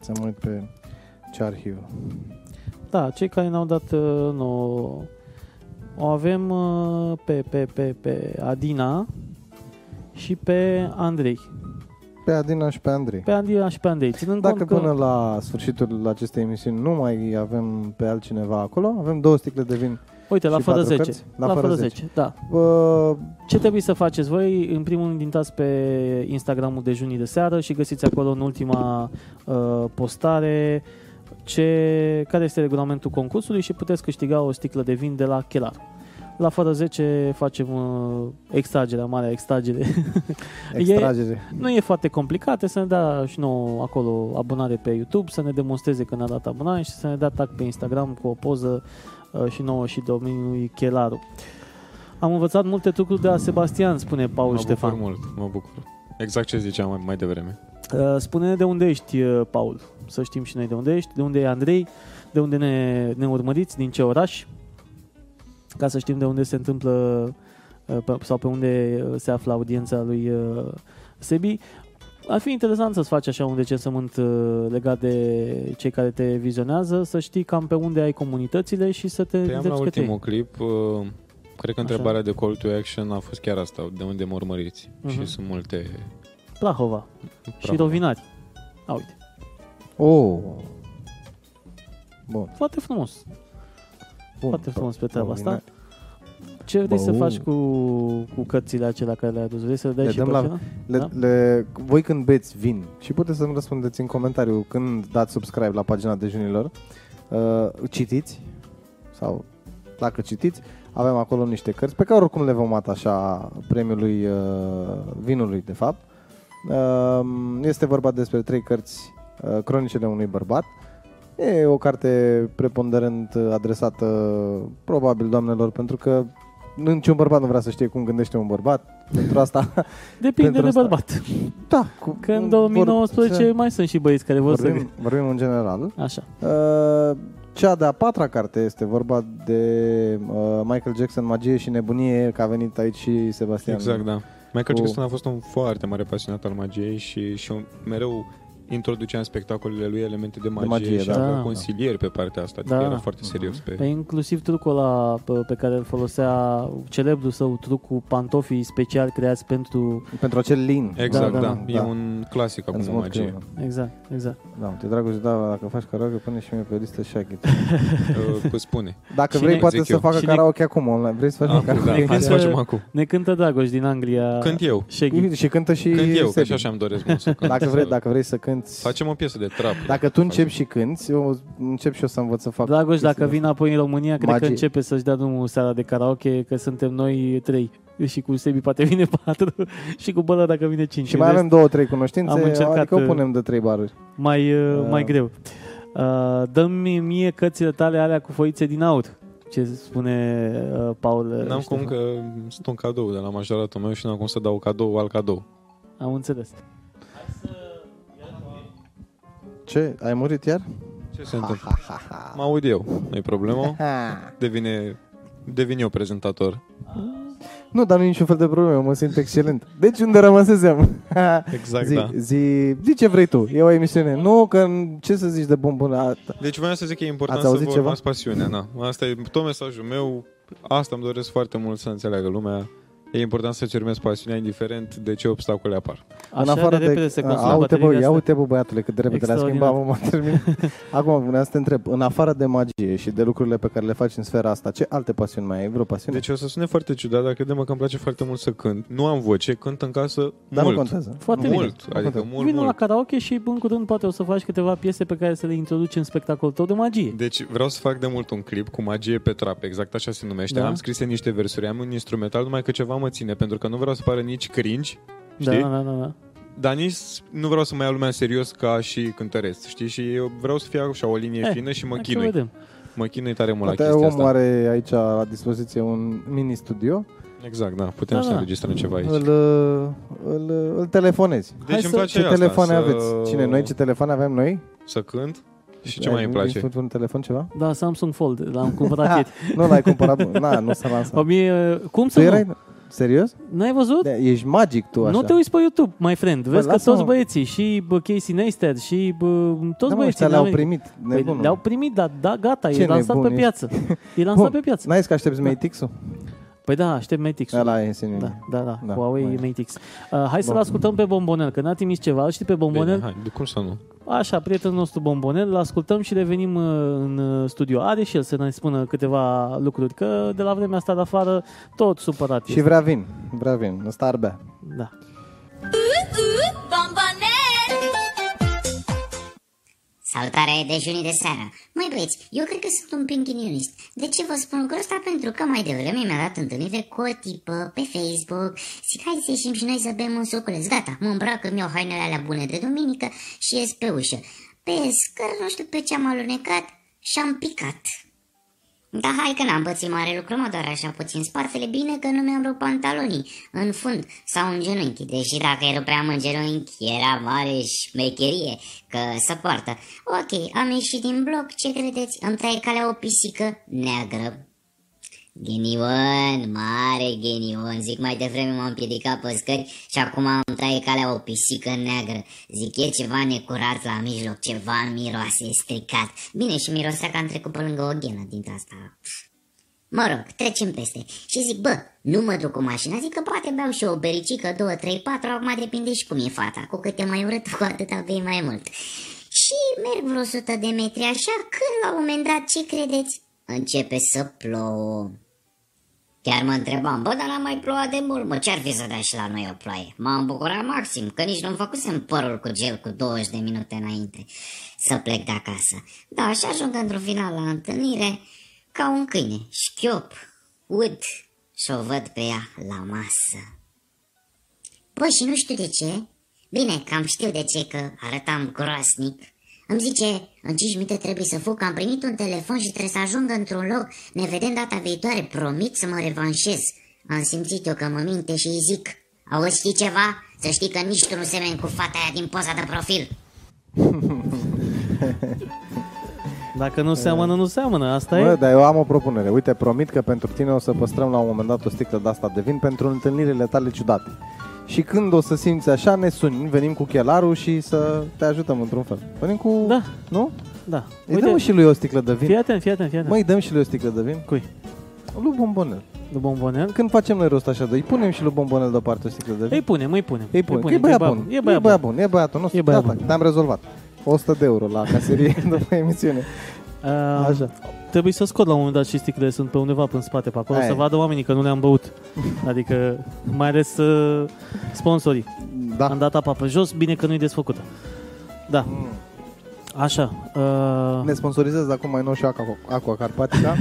S2: Să mă uit pe ce arhivă.
S3: Da, cei care ne-au dat uh, nouă. O avem uh, pe, pe, pe, pe Adina și pe Andrei.
S2: Pe Adina și pe Andrei.
S3: Pe Adina și pe Andrei. Ținând
S2: Dacă
S3: cont
S2: până
S3: că...
S2: la sfârșitul acestei emisiuni nu mai avem pe altcineva acolo, avem două sticle de vin.
S3: Uite, la
S2: și
S3: fără
S2: patru
S3: 10.
S2: cărți? La fără
S3: 10, da.
S2: Bă,
S3: Ce trebuie să faceți voi? În primul rând intrați pe Instagramul Dejunii de Seară și găsiți acolo în ultima uh, postare ce, care este regulamentul concursului și puteți câștiga o sticlă de vin de la Chelar. La fără 10 facem uh, extragerea, marea extragere.
S2: extragere.
S3: nu e foarte complicat, să ne dea și nouă acolo abonare pe YouTube, să ne demonstreze că ne-a dat abonare și să ne dea tag pe Instagram cu o poză uh, și nouă și domeniului Chelaru. Am învățat multe lucruri de la Sebastian, spune Paul
S4: mă
S3: Ștefan.
S4: bucur mult, mă bucur. Exact ce ziceam mai, mai devreme.
S3: Uh, Spune-ne de unde ești, uh, Paul, să știm și noi de unde ești, de unde e Andrei, de unde ne, ne urmăriți, din ce oraș, ca să știm de unde se întâmplă uh, pe, sau pe unde uh, se află audiența lui uh, Sebi. Ar fi interesant să-ți faci așa un recensământ uh, legat de cei care te vizionează, să știi cam pe unde ai comunitățile și să te
S4: Te Păi am la
S3: îndrepți către ei.
S4: ultimul clip. uh, Cred că
S3: Așa.
S4: întrebarea de call to action a fost chiar asta, de unde mă urmăriți.
S3: Mhm.
S4: Și sunt multe...
S3: Prahova și
S4: Bravo.
S3: Rovinari. A, uite,
S2: Oh. Bun.
S3: foarte frumos,
S2: Bun.
S3: foarte frumos pe treaba asta. ce vrei
S2: Bă,
S3: să
S2: u.
S3: faci cu, cu cărțile acelea care le-ai adus? Vrei să le dai
S2: Le
S3: și
S2: dăm
S3: pe
S2: la-
S3: la... Da.
S2: Le, da? le, voi când beți vin și puteți să-mi răspundeți în comentariu când dați subscribe la pagina dejunilor, uh, citiți sau dacă citiți, avem acolo niște cărți pe care oricum le vom atașa premiului uh, vinului de fapt. Uh, este vorba despre trei cărți uh, cronicele unui bărbat. E o carte preponderent adresată probabil doamnelor pentru că niciun bărbat nu vrea să știe cum gândește un bărbat. Pentru asta
S3: Depinde
S2: Pentru
S3: de
S2: asta.
S3: bărbat.
S2: da, cu,
S3: Că în 2019
S2: vor-
S3: mai sunt și băieți care vor să...
S2: vorbim, vorbim în general.
S3: Așa.
S2: Uh, Cea de-a patra carte este vorba de uh, Michael Jackson, Magie și nebunie, că a venit aici și Sebastian.
S4: Exact, da. Michael
S2: Cu-
S4: Jackson a fost un foarte mare pasionat al magiei și, și un- mereu introducea în spectacolele lui elemente de magie,
S2: magie,
S4: și
S2: da.
S4: avea
S3: Da.
S4: consilieri pe partea asta,
S3: Da.
S4: da. era foarte serios pe...
S3: Pe Păi inclusiv trucul ăla pe- pe care îl folosea celebrul său truc cu pantofii special creați pentru...
S2: Pentru acel lin.
S4: Exact,
S3: Da,
S4: da,
S3: da,
S4: E un clasic
S2: În
S4: acum
S2: mod
S4: magie.
S2: criminal.
S3: Exact, exact.
S2: Da, te Dragoș, da, dacă faci karaoke, pune și mie pe listă Shaggy.
S4: Uh, Păi spune.
S2: Dacă
S3: Cine-
S2: vrei, poate
S4: Zic
S2: să
S4: eu.
S2: facă
S3: Cine-
S2: karaoke acum online. Vrei să faci
S4: Ah,
S2: un
S4: da,
S2: karaoke?
S4: hai să
S3: Cântă-
S4: facem acum.
S3: Ne cântă Dragoș din Anglia.
S4: Cânt eu.
S3: Shaggy.
S2: Și cântă și
S4: Cânt eu, că
S2: Sebi.
S4: și așa îmi doresc mult să cânt.
S2: Dacă vrei,
S4: Să-
S2: dacă vrei să cânti...
S4: Facem o piesă de trap.
S2: Dacă tu începi și cânti, eu încep și eu să învăț să fac...
S3: Dragoș,
S2: chestiile
S3: dacă vin apoi în România, cred că
S2: Magie.
S3: începe să-și dea drumul seara de karaoke, că suntem noi trei. Și cu Sebi poate vine patru și cu Bălă dacă vine cinci.
S2: Și
S3: În
S2: mai
S3: rest,
S2: avem două, trei cunoștințe,
S3: Am încercat,
S2: adică
S3: uh,
S2: o punem de trei baruri.
S3: mai, uh,
S2: Da.
S3: mai greu. Uh, dă-mi mie cățile tale alea cu foițe din aur. Ce spune uh, Paul uh,
S4: N-am
S3: Ștefan.
S4: cum că sunt un cadou de la majoratul meu și n-am cum să dau cadou al cadou.
S3: Am înțeles.
S2: Ce? Ai murit iar?
S4: Ce se întâmplă? Mă aud eu, nu-i problemă. Devine, devin eu prezentator.
S2: Nu, dar nu e niciun fel de problemă, eu mă simt excelent. Deci unde rămăsesem?
S4: Exact,
S2: zi,
S4: da.
S2: zi, zi ce vrei tu, e o emisiune. Nu, că ce să zici de bombonă? A,
S4: Deci voiam să zic că e important
S2: Ați
S4: să
S2: auzit
S4: vă
S2: ceva?
S4: urmați pasiunea. Na. Asta e tot mesajul meu. Asta îmi doresc foarte mult să înțeleagă lumea. E important să-ți urmezi pasiunea, indiferent de ce obstacole apar.
S3: Așa de repede se consumă
S2: Aute, bă,
S3: bateriile
S2: ia
S3: astea.
S2: uite, bă, băiatule, cât de repede le-a schimbat, mă, m-a terminat. Acum, vreau să te întreb, în afară de magie și de lucrurile pe care le faci în sfera asta, ce alte pasiuni mai ai? Vreo pasiune?
S4: Deci o să sune foarte ciudat, dar credem că îmi place foarte mult să cânt. Nu am voce, cânt în casă
S2: dar
S4: mult.
S2: nu contează.
S3: Foarte
S2: Nu,
S3: bine.
S4: mult, adică
S2: contează.
S4: mult,
S3: Vino la
S4: mult.
S3: karaoke și în curând poate o să faci câteva piese pe care să le introduci în spectacolul tău de magie.
S4: Deci vreau să fac de mult un clip cu magie pe trap, exact așa se numește.
S3: Da.
S4: Da? Am scris niște versuri, am un instrumental, numai că ceva mă ține, pentru că nu vreau să pară nici cringe, știi?
S3: Da, da, da, da.
S4: Dar nici nu vreau să mai iau lumea în serios ca și cântăresc, știi? Și eu vreau să fie așa o linie
S3: Eh,
S4: fină și mă
S3: Hai să
S4: chinui.
S3: vedem.
S4: Mă chinui tare mult la
S2: Poate
S4: chestia
S2: omul
S4: asta.
S2: are aici la dispoziție un mini-studio,
S4: Exact, da. Putem
S3: Da,
S4: să
S3: da.
S4: înregistrăm ceva aici.
S2: îl, uh, îl, uh, îl telefonezi.
S4: Deci
S3: Hai
S4: îmi
S3: să-
S4: place
S2: Ce
S4: asta,
S2: telefoane
S4: să...
S2: aveți? Cine, noi ce telefoane avem noi?
S4: Să cânt și ce
S2: Ai
S4: mai îmi
S2: din
S4: place?
S2: sfârșit un telefon ceva?
S3: Da, Samsung Fold, l-am cumpărat ieri.
S2: Nu l-ai cumpărat? bă. Na, nu s-a lansat.
S3: O mie, uh, cum
S2: Tu
S3: să
S2: erai...
S3: nu?
S2: Serios?
S3: N-ai văzut?
S2: Da, ești magic tu așa.
S3: Nu te uiți pe YouTube, my friend. Vezi că
S2: lasă-mă.
S3: toți băieții, și bă, Casey Neistat, și bă, toți
S2: da, mă,
S3: băieții
S2: ăștia
S3: din
S2: le-au
S3: America.
S2: primit.
S3: Păi,
S2: Nebunul.
S3: le-au primit, dar da, gata,
S2: Ce
S3: e lansat
S2: nebun
S3: pe
S2: ești.
S3: piață. E lansat pe piață.
S2: N-ai zis că aștepți Matix-ul?
S3: Păi da, aștept Matix.
S2: Ăla e insinuit.
S3: Da, da, da,
S2: Da,
S3: Huawei
S2: mai e.
S3: Matix. Uh, hai să-l
S2: Bun.
S3: ascultăm pe Bombonel, că n-a trimis ceva. Știi pe
S4: Bine,
S3: Bombonel?
S4: hai, de cum să nu?
S3: Așa, prietenul nostru Bombonel, îl ascultăm și revenim uh, în uh, studio. Are și el să ne spună câteva lucruri, că de la vremea asta de afară tot supărat
S2: Și
S3: este.
S2: vrea vin. Vrea vin. Ăsta arbea.
S3: Da.
S5: Bombonel!
S6: Salutare dejunii de seară. Mai băieți, eu cred că sunt un pinghinionist. De ce vă spun lucrul ăsta? Pentru că mai devreme mi-a dat întâlnire cu o tipă pe Facebook. Zic, hai să ieșim și noi să bem un suculeț. Gata, mă îmbrac, îmi iau hainele alea bune de duminică și ies pe ușă. Pe scări, nu știu pe ce am alunecat și am picat. Da, hai că n-am pățit mare lucru, mă doar așa puțin spatele, bine că nu mi-am rupt pantalonii în fund sau în genunchi, deși dacă îi rupeam în genunchi era mare șmecherie că se poartă. Ok, am ieșit din bloc, ce credeți? Îmi trăie calea o pisică neagră. Ghinion, mare ghinion, zic mai devreme m-am împiedicat pe scări și acum am tăie calea o pisică neagră. Zic, e ceva necurat la mijloc, ceva miroase stricat. Bine, și mirosea că am trecut pe lângă o ghenă dintre asta. Mă rog, trecem peste. Și zic, bă, nu mă duc cu mașina, zic că poate beau și o bericică, două, trei, patru, acum depinde și cum e fata. Cu cât e mai urât, cu atâta bei mai mult. Și merg vreo 100 de metri așa, când la un moment dat, ce credeți? Începe să plouă. Chiar mă întrebam, bă, dar n-a mai plouat de mult, mă, ce-ar fi să dea și la noi o ploaie? M-am bucurat maxim, că nici nu-mi făcusem părul cu gel cu 20 de minute înainte să plec de acasă. Da, așa ajung într-un final la întâlnire ca un câine, șchiop, ud și o văd pe ea la masă. Bă, și nu știu de ce. Bine, cam știu de ce, că arătam groasnic. Îmi zice, în 5 minute trebuie să fug, că am primit un telefon și trebuie să ajung într-un loc. Ne vedem data viitoare, promit să mă revanșez. Am simțit eu că mă minte și îi zic, auzi, știi ceva? Să știi că nici tu nu semeni cu fata aia din poza de profil.
S3: Dacă nu seamănă, nu seamănă. Asta
S2: Bă,
S3: e.
S2: dar eu am o propunere. Uite, promit că pentru tine o să păstrăm la un moment dat o sticlă de asta de vin pentru întâlnirile tale ciudate. Și când o să simți așa, ne suni, venim cu chelarul și să te ajutăm într-un fel. Venim cu...
S3: Da.
S2: Nu?
S3: Da.
S2: Îi dăm și lui o sticlă de vin.
S3: fii atent, fii atent, fii atent.
S2: Măi, dăm și lui o sticlă de vin.
S3: Cui?
S2: Lui Bombonel.
S3: Lui Bombonean?
S2: Când facem noi rost așa de îi punem și lui Bombonel deoparte o sticlă de vin.
S3: Îi punem, îi punem.
S2: Ei pun,
S3: punem,
S2: e băiat
S3: bab-
S2: bun.
S3: E băiat bun.
S2: bun, e băiatul nostru.
S3: E băiat
S2: Gata,
S3: bun.
S2: ne-am rezolvat. 100 de euro la caserie după emisiune.
S3: Uh,
S2: Așa.
S3: Trebuie să scot la un moment dat și sticlele sunt pe undeva în spate, pe acolo,
S2: Aia
S3: să
S2: e.
S3: vadă oamenii că nu le-am băut. Adică, mai ales uh, sponsorii.
S2: Da. Mm.
S3: Am dat apa pe jos, bine că nu-i desfăcută. Da. Așa. Uh,
S2: Ne sponsorizează acum mai nou și Aqua, Aqua Carpatica.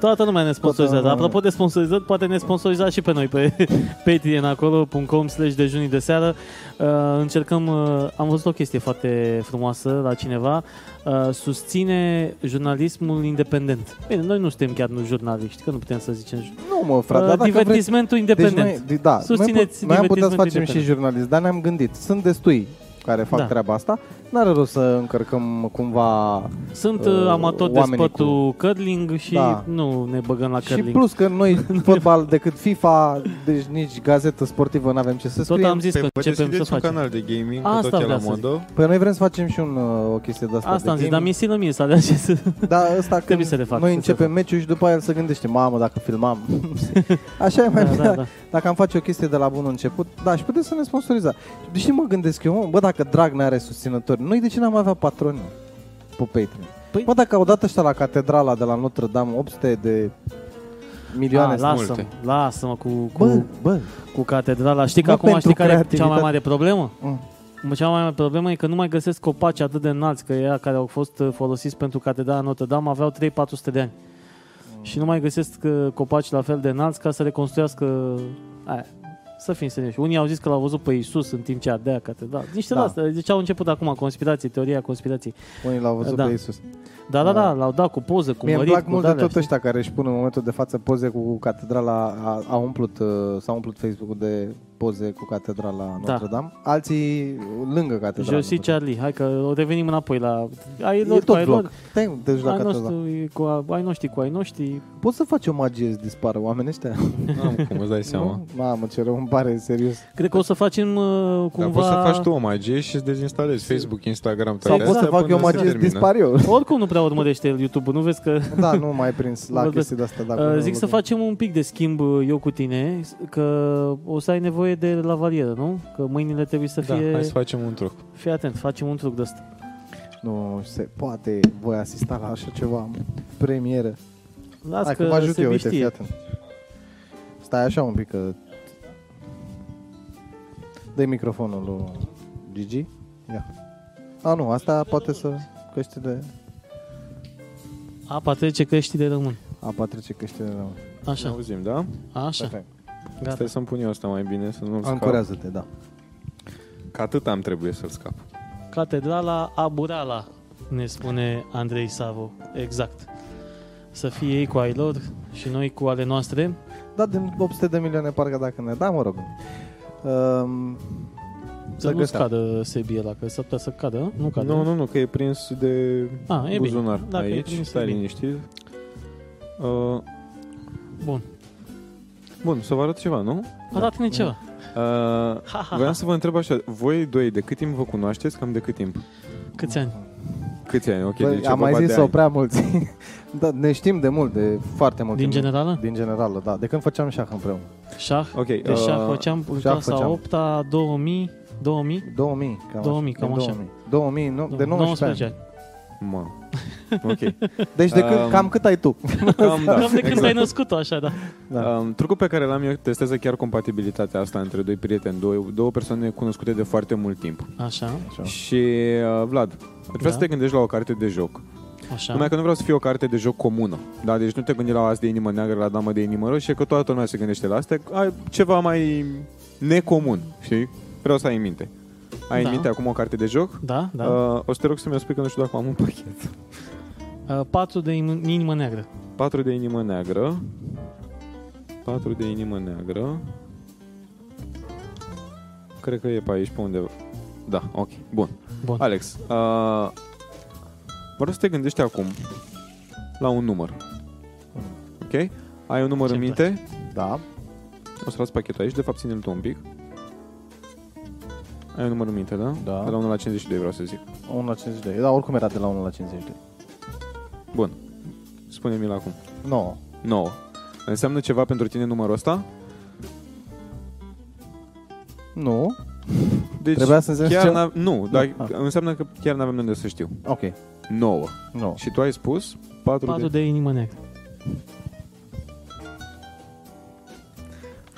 S3: toată lumea ne sponsorizează.
S2: Toată-
S3: Apropo de sponsorizat, poate ne sponsorizați și pe noi pe Patreon acolo.com slash dejunii de seară. Uh, încercăm, uh, am văzut o chestie foarte frumoasă la cineva. Uh, susține jurnalismul independent. Bine, noi nu suntem chiar nu jurnaliști, că nu putem să zicem jur-
S2: nu mă, frate, dar da, dacă vrei...
S3: divertismentul Uh, independent.
S2: Deci noi, da,
S3: Susțineți
S2: noi, pu- noi am putea să
S3: divertismentul
S2: facem și
S3: independent.
S2: jurnalist, dar ne-am gândit. Sunt destui care fac
S3: Da.
S2: da. treaba asta. N-are rost să încărcăm cumva...
S3: Sunt
S2: uh,
S3: uh, amatori de
S2: oamenii
S3: spătul curling și
S2: Da.
S3: nu ne băgăm la curling.
S2: Și plus că noi fotbal decât FIFA, deci nici gazetă sportivă n-avem ce să
S3: Tot
S2: scriem.
S3: am zis că
S4: Păi, vă
S3: începem să
S4: deschideți un
S3: facem.
S4: canal de gaming,
S3: Asta
S4: că tot e
S3: vreau
S4: la
S3: să zic.
S4: modă.
S2: Păi noi vrem să facem și un, uh, o chestie de asta.
S3: Asta am
S2: de
S3: zis, dar
S2: gaming.
S3: mi-e silă mie să alea ce să...
S2: Da, ăsta
S3: Trebuie
S2: când
S3: să le fac, trebuie să
S2: noi
S3: le
S2: începem meciul și după aia el se gândește, mamă, dacă filmam. Așa e mai
S3: Da,
S2: bine.
S3: da, da.
S2: Dacă am face o chestie de la bun început, da, și puteți să ne sponsorizați. Deși mă gândesc eu, mă, bă, dacă Dragnea are susținători, noi de ce n-am avea patroni pe Patreon?
S3: Păi-
S2: Păi... Mă, dacă au dat ăștia la catedrala de la Notre-Dame 800 de milioane.
S3: Ah,
S2: să-
S3: lasă-mă,
S4: multe.
S3: lasă-mă cu, cu,
S2: Bă, bă,
S3: cu catedrala. Știi că
S2: Nu
S3: acum
S2: pentru
S3: știi care e cea mai
S2: creativitate.
S3: mare problemă?
S2: Mm.
S3: Cea mai mare problemă e că nu mai găsesc copaci atât de înalți, că ea care au fost uh, folosiți pentru catedrala Notre-Dame aveau 3-400 de ani.
S2: Mm.
S3: Și nu mai găsesc uh, copaci la fel de înalți ca să reconstruiască uh, aia. Să fim serioși. Unii au zis că l-au văzut pe Isus în timp ce ardea catedrala. Niște da.
S2: Da.
S3: astea. Deci au început acum conspirații, teoria conspirației.
S2: unii l-au văzut
S3: Da.
S2: da. pe Iisus.
S3: Da, da,
S2: Da.
S3: da, l-au dat cu poză, cu
S2: Mie îmi
S3: mărit,
S2: plac
S3: cu
S2: mult de
S3: de-alea,
S2: tot ăștia care își pun în momentul de față poze cu catedrala, a, a umplut, uh, s-a umplut Facebook-ul de poze cu catedrala
S3: Da.
S2: Notre-Dame, alții lângă catedrala.
S3: Josie
S2: Notre-Dame.
S3: Charlie, hai că o revenim înapoi la... Ai
S2: E
S3: lor, cu
S2: tot
S3: ai
S2: vlog.
S3: lor.
S2: Te deci la
S3: Ai
S2: catedrala.
S3: noștri, cu a- ai noștri, cu ai noștri.
S2: Poți să faci o magie să dispară oamenii ăștia?
S4: N-am cum, îți dai seama.
S2: Nu? Mamă, ce rău, îmi pare, serios.
S3: Cred că o să facem uh,
S4: Cumva... Dar
S3: cumva...
S4: poți să faci tu o magie și să dezinstalezi Facebook, Instagram,
S2: Sau
S4: toate
S2: poți să
S4: astea
S2: fac eu
S4: până se
S2: magie să
S4: termină.
S2: dispar eu.
S3: Oricum nu prea urmărește el YouTube-ul, nu vezi că...
S2: Da, nu mai prins la
S3: Vorbesc.
S2: chestii de asta.
S3: Uh, zic să facem un pic de schimb uh, eu cu tine, s- că o să ai nevoie de la valieră, nu? Că mâinile trebuie să
S4: Da,
S3: fie...
S4: hai să facem un truc.
S3: Fii atent, facem un truc de ăsta.
S2: Nu se poate, voi asista la așa ceva, premieră.
S3: Las
S2: Hai că,
S3: că
S2: vă ajut
S3: se
S2: eu, uite,
S3: biștie.
S2: fii atent. Stai așa un pic că... dă microfonul lui Gigi. Ia. A, nu, asta poate să... Căști de...
S3: Apa trece creștii de rămân.
S2: Apa trece căști de rău.
S4: Ne
S3: Așa,
S4: auzim, da?
S3: așa,
S2: Perfect.
S3: gata.
S4: Stai să-mi pun eu asta mai bine, să nu-mi scap.
S2: Ancorează-te, da.
S4: Că atât am trebuie să-l scap.
S3: Catedrala Aburala, ne spune Andrei Savo. Exact. Să fie ei cu ai lor și noi cu ale noastre.
S2: Da, din 800 de milioane parcă dacă ne... Da, mă rog. Um,
S3: Să nu
S2: găseam.
S3: scadă Sebi ăla, că s-ar putea să cadă, nu? nu? Cadă.
S4: Nu, nu, nu, că e prins de
S3: A, Da, Ah, e bine.
S4: buzunar
S3: Dacă e
S4: aici.
S3: prins, e
S4: Stai
S3: bine.
S4: liniștit. Uh,
S3: Bun.
S4: bun, să vă arăt ceva, nu?
S3: Arată-ne ceva.
S4: Uh, voiam să vă întreb așa, voi doi de cât timp vă cunoașteți? Cam de cât timp?
S3: Câți ani?
S4: Câți ani? Ok,
S2: Bă,
S4: deci e
S2: am mai
S4: vorba
S2: zis
S4: de
S2: sau
S4: ani.
S2: prea mulți. da, ne știm de mult, de foarte mult.
S3: Din generală?
S2: Din generală, da. De când făceam șah împreună.
S3: Șah?
S4: Ok,
S3: de șah
S4: uh,
S3: făceam în
S2: șah
S3: clasa
S2: făceam.
S3: 8 -a, 2000, 2000,
S2: 2000, cam
S3: 2000,
S2: așa.
S3: cam
S2: Din
S3: așa.
S2: 2000, 2000 nu, de 19 ani.
S3: ani.
S4: Mă. Ok.
S2: Deci de cât,
S4: Um,
S2: cam cât ai tu?
S4: Cam, da,
S3: Cam de când
S4: exact.
S3: ai născut-o așa, da.
S2: Da.
S4: Um, trucul pe care l-am eu testează chiar compatibilitatea asta între doi prieteni, două, două persoane cunoscute de foarte mult timp.
S3: Așa,
S4: Și, uh, Vlad, ar vrea
S3: Da.
S4: da. să te gândești la o carte de joc.
S3: așa.
S4: Da. Numai că nu vreau să fie o carte de joc comună. Da? Deci nu te gândi la azi de inimă neagră, la damă de inimă roșie, că toată lumea se gândește la astea. Ai ceva mai necomun, știi? Vreau să ai în minte. Ai
S3: Da.
S4: în minte acum o carte de joc?
S3: Da, da.
S4: Uh, o să te rog să-mi o spui că nu știu dacă am un pachet.
S3: Uh, patru de in- inimă neagră.
S4: 4 de inimă neagră. 4 de inimă neagră. Cred că e pe aici, pe undeva. Da, ok, bun.
S3: Bun.
S4: Alex, uh, vreau să te gândești acum la un număr. Ok? Ai un număr
S3: Ce-mi
S4: în minte?
S2: Da.
S4: O să las pachetul aici, de fapt ține-l tu un pic. Ai un număr în minte, da?
S2: Da.
S4: De la 1 la 52 vreau să zic.
S2: 1 la 50 de lei. Da, oricum era de la 1 la 50 de lei.
S4: Bun. Spune-mi-l acum.
S2: 9.
S4: 9. Înseamnă ceva pentru tine numărul ăsta?
S2: Nu?
S4: Deci
S2: Trebuia să însemne
S4: chiar
S2: ceva?
S4: n-a- Nu, dar
S2: Ah.
S4: înseamnă că chiar n-avem de unde să știu.
S2: Ok.
S4: 9.
S2: 9.
S4: Și tu ai spus 4,
S3: Patru
S4: de...
S3: de inimă neagră.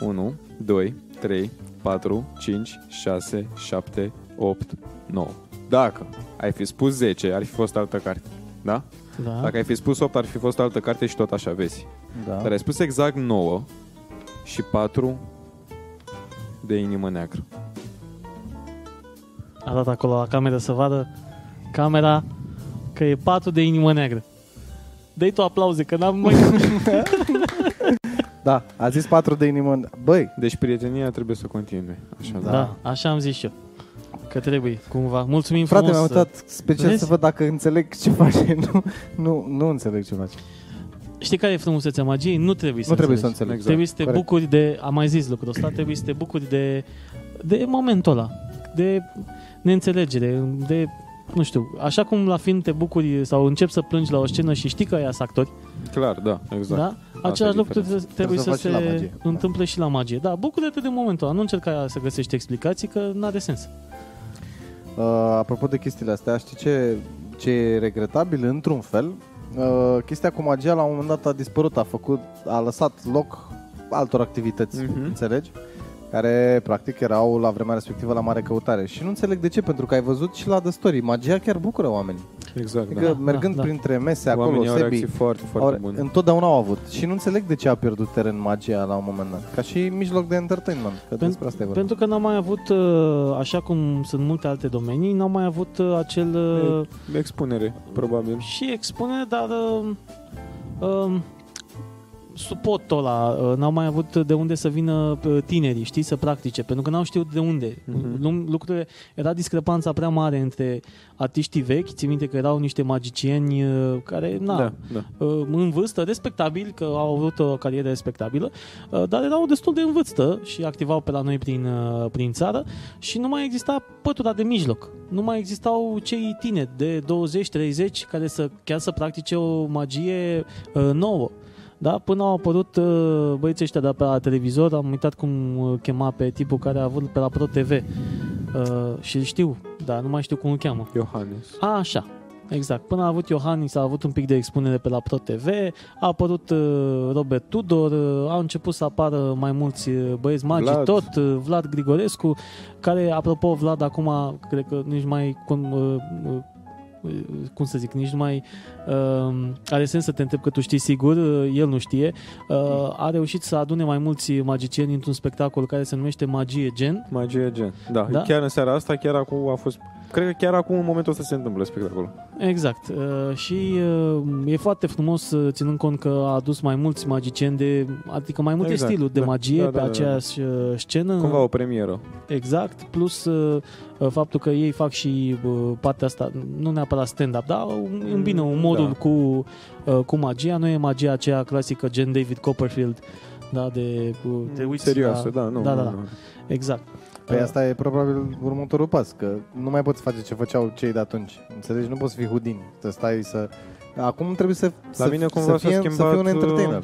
S4: 1, 2, 3, 4, 5, 6, 7, 8, 9. Dacă ai fi spus 10, ar fi fost altă carte. Da?
S3: Da.
S4: Dacă ai fi spus 8, ar fi fost altă carte și tot așa, vezi.
S2: Da.
S4: Dar ai spus exact 9 și 4 de inimă neagră.
S3: A dat acolo la cameră să vadă camera că e patru de inimă neagră. Dă-i tu aplauze, că n-am mai...
S2: Da, a zis 4 de inimă. în- Băi,
S4: Deci prietenia trebuie să continue. Așa, da.
S3: da.
S4: da.
S3: așa am zis și eu. Că trebuie, cumva. Mulțumim
S2: frate, mi-am
S3: frumos.
S2: uitat special
S3: Vezi?
S2: să văd dacă înțeleg ce face. Nu, nu, nu înțeleg ce face.
S3: Știi care e frumusețea magiei? Nu trebuie să
S2: nu trebuie să
S3: înțelegi.
S2: înțeleg.
S4: Exact.
S3: Trebuie să te
S2: corect.
S3: bucuri de... Am mai zis lucrul ăsta. Trebuie să te bucuri de, de momentul ăla. De neînțelegere, de nu știu, așa cum la film te bucuri sau începi să plângi la o scenă și știi că ăia sunt actori,
S4: Clar, da, exact.
S3: da?
S4: e
S3: Același lucru
S4: diferența.
S3: trebuie, trebuie
S2: să
S3: să,
S2: faci
S3: se
S2: și la magie. Da.
S3: întâmple și la magie. Da, bucură-te de momentul ăla, nu încerca să găsești explicații că n-are sens.
S2: Uh, apropo de chestiile astea, știi ce, ce e regretabil într-un fel? Uh, chestia cu magia la un moment dat a dispărut, a făcut, a lăsat loc altor activități,
S4: Mhm.
S2: mm-hmm. înțelegi? Care practic erau la vremea respectivă la mare căutare. Și nu înțeleg de ce, pentru că ai văzut și la The Story, magia chiar bucură oamenii.
S4: Exact, da.
S2: Adică
S3: da,
S2: mergând
S3: da.
S2: printre mese
S4: Oamenii
S2: acolo,
S4: au reacții
S2: sebii,
S4: foarte,
S2: au,
S4: foarte bune.
S2: întotdeauna au avut. Și nu înțeleg de ce a pierdut teren magia la un moment dat. Ca și mijloc de entertainment, că despre asta e vorba.
S3: Pentru că n-am mai avut, uh, așa cum sunt multe alte domenii, n-am mai avut uh, acel... uh,
S4: Expunere, probabil.
S3: și expune, dar uh, uh, suportul ăla, uh, n-au mai avut de unde să vină uh, tinerii, știi, să practice, pentru că n-au știut de unde.
S4: Mhm.
S3: Lum- Lucrurile, era discrepanța prea mare între artiștii vechi, ții minte că erau niște magicieni uh, care, na,
S4: Da, da.
S3: uh, în vârstă, respectabil, că au avut o carieră respectabilă, uh, dar erau destul de în vârstă și activau pe la noi prin, uh, prin țară și nu mai exista pătura de mijloc. Nu mai existau cei tineri de 20-30 care să chiar să practice o magie uh, nouă. Da? Până au apărut uh, băieții ăștia de pe la televizor, am uitat cum uh, chema pe tipul care a avut pe la Pro TV uh, și îl știu, dar nu mai știu cum îl cheamă.
S4: Iohannes.
S3: A, așa. Exact. Până a avut Iohannis, a avut un pic de expunere pe la Pro TV, a apărut uh, Robert Tudor, uh, au început să apară mai mulți uh, băieți magi,
S4: Vlad.
S3: tot uh, Vlad Grigorescu, care, apropo, Vlad acum, cred că nici mai cum, uh, uh, uh, cum să zic, nici nu mai uh, are sens să te întreb că tu știi sigur, uh, el nu știe, uh, a reușit să adune mai mulți magicieni într-un spectacol care se numește Magie Gen.
S4: Magie gen. Da,
S3: Da.
S4: da, chiar în seara asta, chiar acum a fost... Cred că chiar acum, în momentul ăsta, se întâmplă spectacolul.
S3: Exact. Uh, și uh, e foarte frumos, uh, ținând cont că a adus mai mulți magicieni de, adică mai multe
S4: Exact,
S3: stiluri de
S4: da.
S3: magie
S4: Da,
S3: pe
S4: da, da, da.
S3: aceeași uh, scenă.
S4: Cumva o premieră.
S3: Exact. Plus uh, uh, faptul că ei fac și uh, partea asta, nu neapărat stand-up, dar um, îmbină umorul
S4: da.
S3: cu, uh, cu magia. Nu e magia aceea clasică gen David Copperfield, da, de uh, te uiți
S4: Serioasă,
S3: la...
S4: da, nu.
S3: Da, da,
S4: nu,
S3: da.
S4: nu.
S3: Exact.
S2: Păi
S3: Uh,
S2: asta e probabil următorul pas, că nu mai poți face ce făceau cei de atunci. Înțelegi? Nu poți fi Houdini, să stai să... Acum trebuie să, să,
S4: mine
S2: să,
S4: cumva s-a
S2: fie, să
S4: schimbat, uh,
S2: fie un entertainer.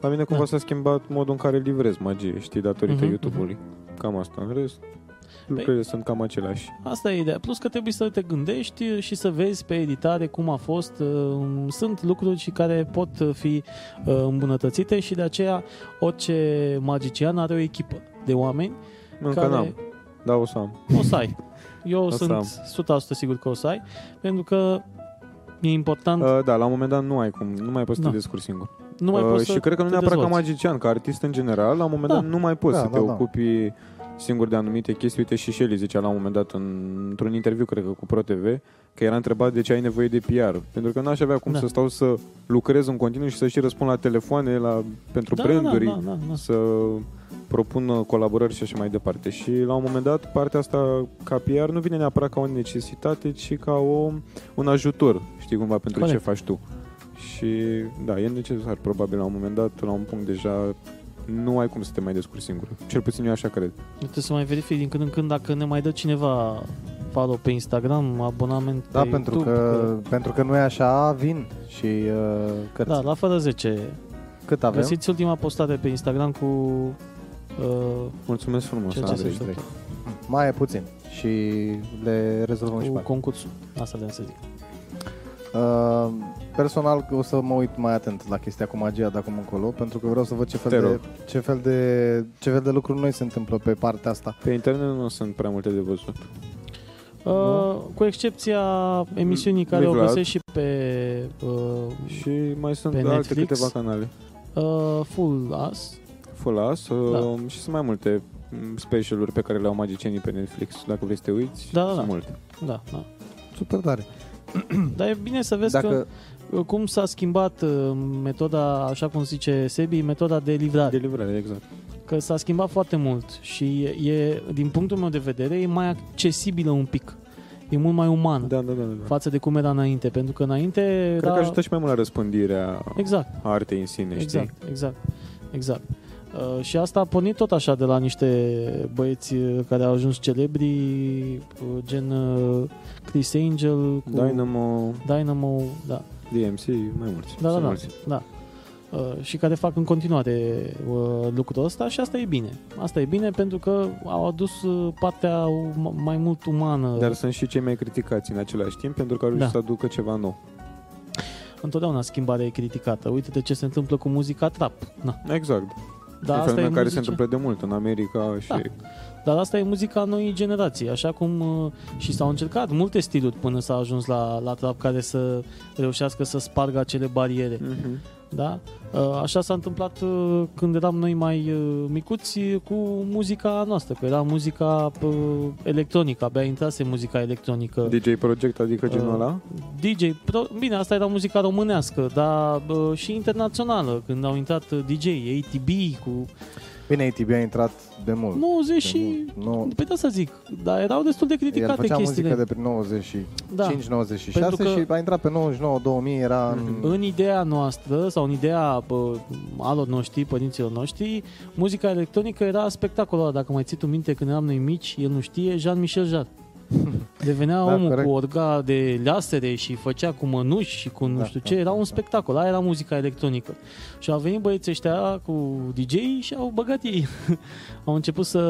S4: La mine cumva s-a schimbat modul în care livrez magie, știi, datorită
S3: Da. Mhm, Păi-
S4: YouTube-ului. Cam asta, în rest. Lucrurile sunt cam aceleași.
S3: Asta e ideea. Plus că trebuie să te gândești și să vezi pe editare cum a fost. uh, Sunt lucruri și care pot fi uh, îmbunătățite și de aceea orice magician are o echipă de oameni
S4: Încă
S3: care
S4: n-am, dar o să am.
S3: o să ai. Eu
S4: să
S3: sunt 100% sigur că o să ai, pentru că e important,
S4: Uh, da, la un moment dat nu ai cum, nu mai poți să
S3: Da.
S4: te descurci singur.
S3: nu mai
S4: Uh,
S3: poți
S4: și
S3: să
S4: cred că nu
S3: te
S4: neapărat
S3: dezvolți.
S4: ca magician, ca artist în general, la un moment
S3: Da.
S4: dat nu mai poți
S2: Da,
S4: să te
S2: da, da.
S4: ocupi singur de anumite chestii. Uite și Shelly zicea la un moment dat în, într-un interviu, cred că cu ProTV, că era întrebat de ce ai nevoie de PR. Pentru că n-aș avea cum
S3: Da.
S4: să stau să lucrez în continuu și să și răspund la telefoane, la, pentru
S3: da,
S4: branduri,
S3: da, da, da, da.
S4: să propun colaborări și așa mai departe. Și la un moment dat, partea asta ca PR nu vine neapărat ca o necesitate, ci ca o, un ajutor, știi cumva, pentru
S3: Corect.
S4: ce faci tu. Și da, e necesar probabil la un moment dat, la un punct deja nu ai cum să te mai descurci singur. Cel puțin eu așa cred.
S3: Eu Trebuie să mai verific din când în când dacă ne mai dă cineva follow pe Instagram, abonament
S2: Da,
S3: pe
S2: pentru
S3: YouTube,
S2: că, pentru că nu e așa, vin și uh, cărți.
S3: Da, la fără 10
S2: Cât avem?
S3: Găsiți ultima postare pe Instagram cu... Uh,
S4: Mulțumesc frumos,
S3: Ceea ce
S4: Andrei.
S3: se întâmplă.
S2: Mai e puțin și le rezolvăm și
S3: cu
S2: pe alea.
S3: concursul. Asta vreau să zic.
S2: Uh, personal o să mă uit mai atent la chestia cu magia de acum încolo, pentru că vreau să văd ce fel,
S4: Te
S2: de,
S4: rog.
S2: ce fel, de, ce fel de lucruri noi se întâmplă pe partea asta.
S4: Pe internet nu sunt prea multe de văzut.
S3: Uh, cu excepția emisiunii care o
S4: Live Lab.
S3: găsești și pe uh,
S4: Și mai sunt
S3: Pe
S4: alte
S3: Netflix?
S4: câteva canale.
S3: uh, Full Us.
S4: Folas
S3: Da.
S4: da. și sunt mai multe m, specialuri pe care le-au magicienii pe Netflix. Dacă vrei să te uiți,
S3: Da, da,
S4: sunt
S3: da.
S4: multe.
S3: Da, da.
S2: Super tare.
S3: Dar e bine să vezi Dacă...
S2: Dacă,
S3: că, uh, cum s-a schimbat uh, metoda, așa cum zice Sebi, metoda de livrare.
S4: Delivrare, exact.
S3: Că s-a schimbat foarte mult și e, din punctul meu de vedere, e mai accesibilă un pic. E mult mai umană da.
S4: Da, da, da. da.
S3: față de cum era înainte. Pentru că înainte
S4: Cred
S3: era...
S4: că ajută și mai mult la răspândirea
S3: Exact.
S4: artei în sine, Deci știi?
S3: Exact, exact, exact. Uh, și asta a pornit tot așa de la niște băieți uh, care au ajuns celebri, uh, gen uh, Chris Angel, cu
S4: Dynamo,
S3: Dynamo da,
S4: DMC, mai mulți.
S3: da, da,
S4: sunt
S3: da,
S4: mulți.
S3: da. Uh, și care fac în continuare uh, lucrul ăsta și asta e bine. Asta e bine pentru că au adus uh, partea um- mai mult umană.
S4: Dar sunt și cei mai criticați în același timp pentru că au
S3: Da.
S4: reușit să aducă ceva nou.
S3: Întotdeauna schimbarea e criticată. Uite-te ce se întâmplă cu muzica trap. Na.
S4: Exact.
S3: Dar
S4: un
S3: Da, asta e
S4: fenomen care se
S3: muzice-
S4: întâmplă de mult în America și...
S3: Da. Dar asta e muzica noii generații, așa cum uh, și s-au încercat multe stiluri până s-a ajuns la, la trap care să reușească să spargă acele bariere.
S4: Mhm.
S3: Da? Uh, Așa s-a întâmplat uh, când eram noi mai uh, micuți uh, cu muzica noastră, că era muzica uh, electronică, abia intrase muzica electronică.
S4: DJ Project, adică
S3: Uh,
S4: genul ăla?
S3: DJ, pro, bine, asta era muzica românească, dar uh, și internațională, când au intrat uh, DJ, ATB cu
S2: bine, ATB a intrat de mult.
S3: 90
S2: de
S3: și...
S2: mult. Nu,
S3: Păi da să zic, dar erau destul de
S2: el
S3: criticate
S2: făcea
S3: chestiile.
S2: muzică de prin 95,
S3: Da.
S2: 96
S3: Pentru că-
S2: și a intrat pe 99-2000, era în...
S3: În ideea noastră sau în ideea bă, alor noștri, părinților noștri, muzica electronică era spectacolul ăla. Dacă mai ții tu minte, când eram noi mici, el nu știe, Jean-Michel Jarre. Devenea
S2: Da,
S3: omul
S2: corect.
S3: cu orga de lasere și făcea cu mănuși și cu nu
S2: Da,
S3: știu
S2: da,
S3: ce. Era
S2: da,
S3: un
S2: da.
S3: spectacol. Aia era muzica electronică. Și au venit băieții ăștia cu dj și au băgat ei. au început să,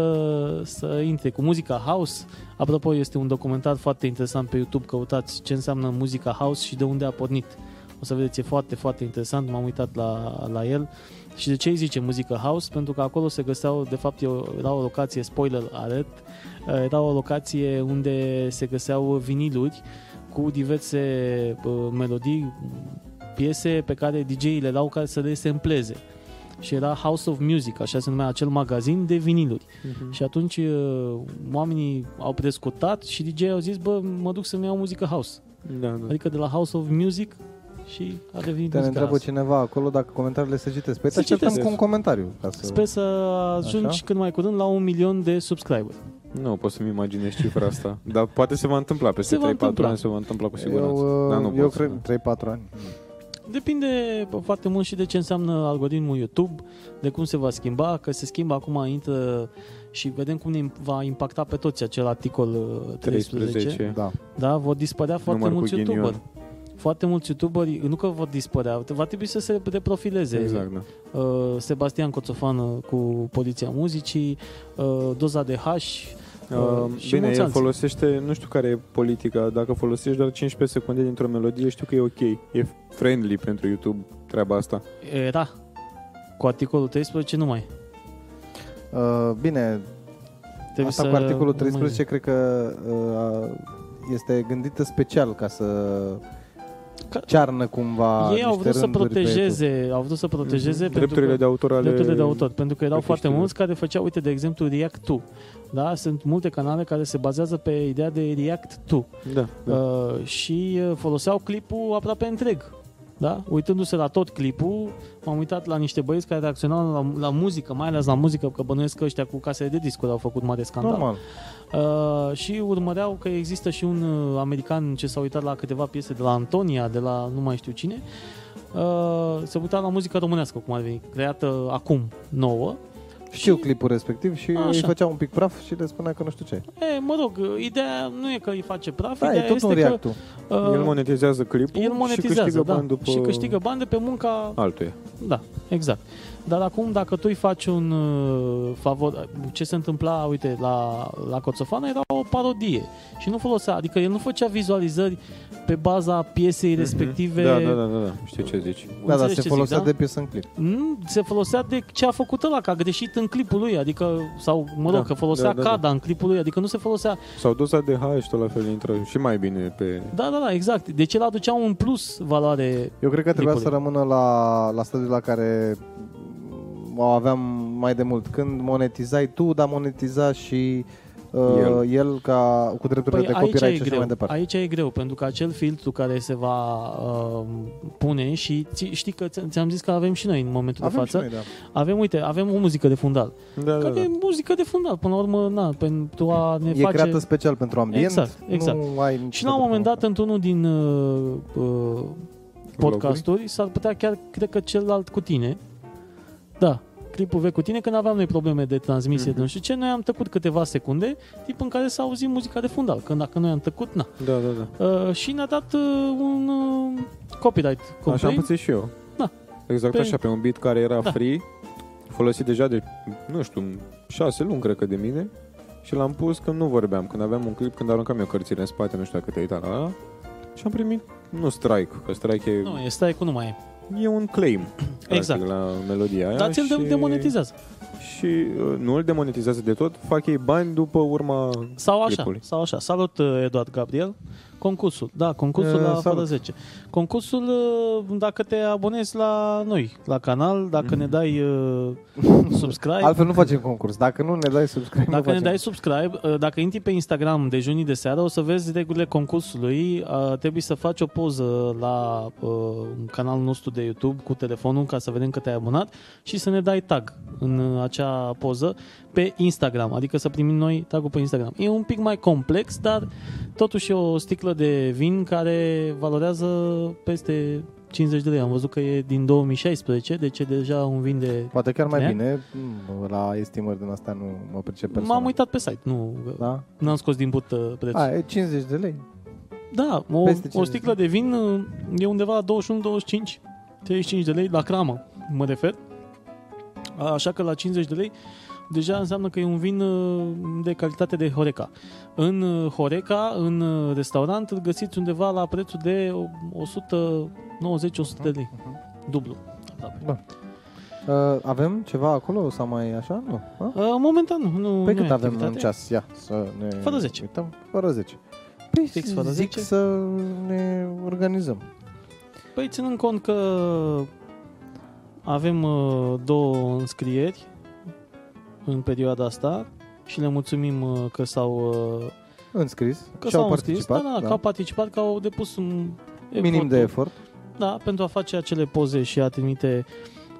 S3: să intre cu muzica house. Apropo, este un documentar foarte interesant pe YouTube. Căutați ce înseamnă muzica house și de unde a pornit. O să vedeți, e foarte, foarte interesant, m-am uitat la, la el. Și de ce îi zice muzică house? Pentru că acolo se găseau, de fapt, e o- era o locație, spoiler alert, uh, era o locație unde se găseau viniluri cu diverse uh, melodii, piese pe care DJ-ii le dau ca să le sempleze. Și era House of Music, așa se numea acel magazin de viniluri. Și atunci uh, oamenii au prescutat și DJ au zis, bă, mă duc să-mi iau muzică house.
S4: Da, da.
S3: Adică de la House of Music și a devenit
S2: Te
S3: muzica
S2: întreabă
S3: asta.
S2: cineva acolo dacă comentariile se citesc. Păi te
S3: Se
S2: așteptăm
S3: citesc.
S2: cu un comentariu. Ca să...
S3: Sper să ajungi
S2: Așa.
S3: cât mai curând la un milion de subscriberi.
S4: Nu pot să-mi imaginez cifra asta. Dar poate se va întâmpla peste
S3: Se va
S4: 3-4
S3: întâmpla.
S4: ani, se va întâmpla cu siguranță.
S2: eu, uh,
S3: Da,
S4: Dar nu
S2: eu
S4: pot să-
S2: cred 3-4 ani.
S3: Depinde bă, foarte mult și de ce înseamnă algoritmul YouTube, de cum se va schimba, că se schimbă acum, intră și vedem cum ne va impacta pe toți acel articol uh, 13. 13.
S4: 13.
S2: Da.
S3: Da, vor dispărea foarte
S4: Număr cu
S3: mulți
S4: ghinion.
S3: youtuberi. Foarte mulți youtuberi, nu că vor dispărea, va trebui să se reprofileze.
S4: Exact, da.
S3: Uh, Sebastian Coțofană cu Poliția Muzicii, uh, Doza de H,
S4: Uh,
S3: Și
S4: bine,
S3: mulți
S4: el
S3: alții.
S4: folosește, nu știu care e politica, dacă folosești doar 15 secunde dintr-o melodie, știu că e ok. E friendly pentru YouTube treaba asta.
S3: Era. da, Cu articolul 13 nu mai.
S2: Uh, bine,
S3: Trebuie
S2: asta
S3: să
S2: cu articolul
S3: urmărim.
S2: 13 cred că uh, este gândită special ca să
S3: Că-
S2: cearnă cumva
S3: Ei au
S2: niște
S3: vrut să
S2: rânduri pe YouTube.
S3: protejeze, au vrut să protejeze pentru
S4: Mhm. Drepturile
S3: că-
S4: de autor ale...
S3: drepturile de autor, pentru că erau
S4: pe
S3: foarte
S4: câștiguri.
S3: mulți care făceau, uite, de exemplu, React 2. Da? Sunt multe canale care se bazează pe ideea de React 2
S4: Da, da.
S3: uh, și uh, foloseau clipul aproape întreg. Da? Uitându-se la tot clipul, m-am uitat la niște băieți care reacționau la, la muzică, mai ales la muzică, că bănuiesc că ăștia cu casele de discuri au făcut mare scandal.
S2: Normal.
S3: Uh, și urmăreau că există și un uh, american ce s-a uitat la câteva piese de la Antonia, de la nu mai știu cine, uh, se uita la muzică românească, cum ar veni, creată acum, nouă.
S2: Știu clipul respectiv și
S3: Așa.
S2: îi făcea un pic praf și le spunea că nu știu ce.
S3: E, mă rog, uh, ideea nu e că îi face praf,
S2: Da,
S3: ideea
S2: e tot
S3: este
S2: un
S3: că
S2: react
S3: uh,
S4: El monetizează clipul
S3: el
S4: și
S3: monetizează,
S4: câștigă
S3: da,
S4: bani după
S3: și câștigă bani de pe munca
S4: altuia.
S3: Da, exact. Dar acum, dacă tu îi faci un uh, favor, ce se întâmpla, uite, la, la Coțofană era o parodie și nu folosea, adică el nu făcea vizualizări pe baza piesei respective.
S4: Da, da, da, da, da. Știu ce zici.
S2: Da, da,
S3: Înțelegi
S2: se
S3: ce
S2: folosea
S3: zic,
S2: de piesă în clip.
S3: Nu, se folosea de ce a făcut ăla, că a greșit în clipul lui, adică, sau, mă rog,
S4: Da,
S3: că folosea
S4: da, da, da.
S3: cada în clipul lui, adică nu se folosea,
S4: Sau doza de H și tot la fel intră și mai bine pe...
S3: da, da, da, exact. Deci el aducea un plus valoare
S2: Eu cred că trebuia
S3: Nicule.
S2: să rămână la, la stadiul la care o aveam mai de mult. Când monetizai tu, dar monetiza și uh,
S4: El.
S2: el. el ca cu drepturile de copyright și așa
S3: Păi greu,
S2: mai departe.
S3: Aici e greu, pentru că acel filtru care se va uh, pune și ți- știi că ți- ți-am zis că avem și noi în momentul
S2: Avem
S3: de față.
S2: și noi, da.
S3: Avem, uite, avem o muzică de fundal.
S4: Da, da,
S3: care
S4: da.
S3: e muzică de fundal, până la urmă, na, pentru a ne
S2: E
S3: face...
S2: creată special pentru ambient.
S3: Exact, exact.
S2: Nu ai nicio
S3: Și la un moment dat, într-unul din uh, uh, podcasturi, s-ar putea chiar, cred că celălalt cu tine, da, clipul vechi cu tine, când aveam noi probleme de
S2: Mhm.
S3: transmisie, mm-hmm. de nu știu ce, noi am tăcut câteva secunde, tip în care s-a auzit muzica de fundal. Când dacă noi am tăcut, na.
S4: Da, da, da.
S3: Uh, și ne-a dat uh, un uh, copyright
S4: Așa am
S3: complaint.
S4: pățit și eu.
S3: Da.
S4: Exact
S3: Pe-
S4: așa, pe un beat care era
S3: Da.
S4: free, folosit deja de, nu știu, șase luni, cred că, de mine. Și l-am pus când nu vorbeam, când aveam un clip, când aruncam eu cărțile în spate, nu știu dacă te-ai uitat la ăla. Și am primit, nu strike, că strike e,
S3: Nu, e stai cu nu mai e.
S4: e un claim,
S3: Exact.
S4: practic, la melodia aia.
S3: Dar ți-l
S4: și-
S3: și... demonetizează.
S4: Și uh, nu îl demonetizează de tot, fac ei bani după urma
S3: Sau așa,
S4: clipului.
S3: sau așa. Salut, uh, Eduard Gabriel. Concursul, da, concursul
S2: E,
S3: la
S2: salut.
S3: fără 10. Concursul, uh, dacă te abonezi la noi, la canal, dacă ne dai uh, subscribe,
S2: Altfel nu facem concurs. Dacă nu ne dai subscribe, nu
S3: Dacă ne
S2: facem.
S3: dai subscribe, uh, dacă intri pe Instagram de junii de seară, o să vezi regulile concursului. Uh, Trebuie să faci o poză la uh, canalul nostru de YouTube cu telefonul ca să vedem că te-ai abonat și să ne dai tag în uh, acea poză pe Instagram, adică să primim noi tagul pe Instagram. E un pic mai complex, dar totuși e o sticlă de vin care valorează peste 50 de lei. Am văzut că e din 2016, deci e deja un vin de...
S2: Poate chiar mai
S3: Ne?
S2: bine, mm, la estimări din astea nu mă pricep personal.
S3: M-am uitat pe site, nu
S2: Da?
S3: n-am scos din but uh, prețul.
S2: A, e 50 de lei.
S3: Da, o,
S2: Peste
S3: o
S2: 50
S3: sticlă de vin uh, e undeva la 21, 25, 35 de lei la cramă, mă refer. Așa că la 50 de lei deja înseamnă că e un vin uh, de calitate de Horeca. În uh, Horeca, în uh, restaurant, îl găsiți undeva la prețul de o- 190-100 de lei. Dublu. Da. aproape.
S2: Uh, avem ceva acolo sau mai așa? Nu. A?
S3: Uh, Momentan nu. nu
S2: Păi
S3: nu
S2: cât
S3: e
S2: avem în
S3: activitate.
S2: ceas? Ia, să ne
S3: Fără 10.
S2: Uităm. Fără 10. Păi
S3: Fix fără
S2: zic
S3: 10?
S2: să ne organizăm.
S3: Păi ținând cont că avem uh, două înscrieri în perioada asta și le mulțumim uh, că s-au uh,
S2: Înscris.
S3: că
S2: și au
S3: s-au înscris,
S2: participat.
S3: da, da, că au participat, că au depus un
S2: Minim de efort.
S3: Da, pentru a face acele poze și a trimite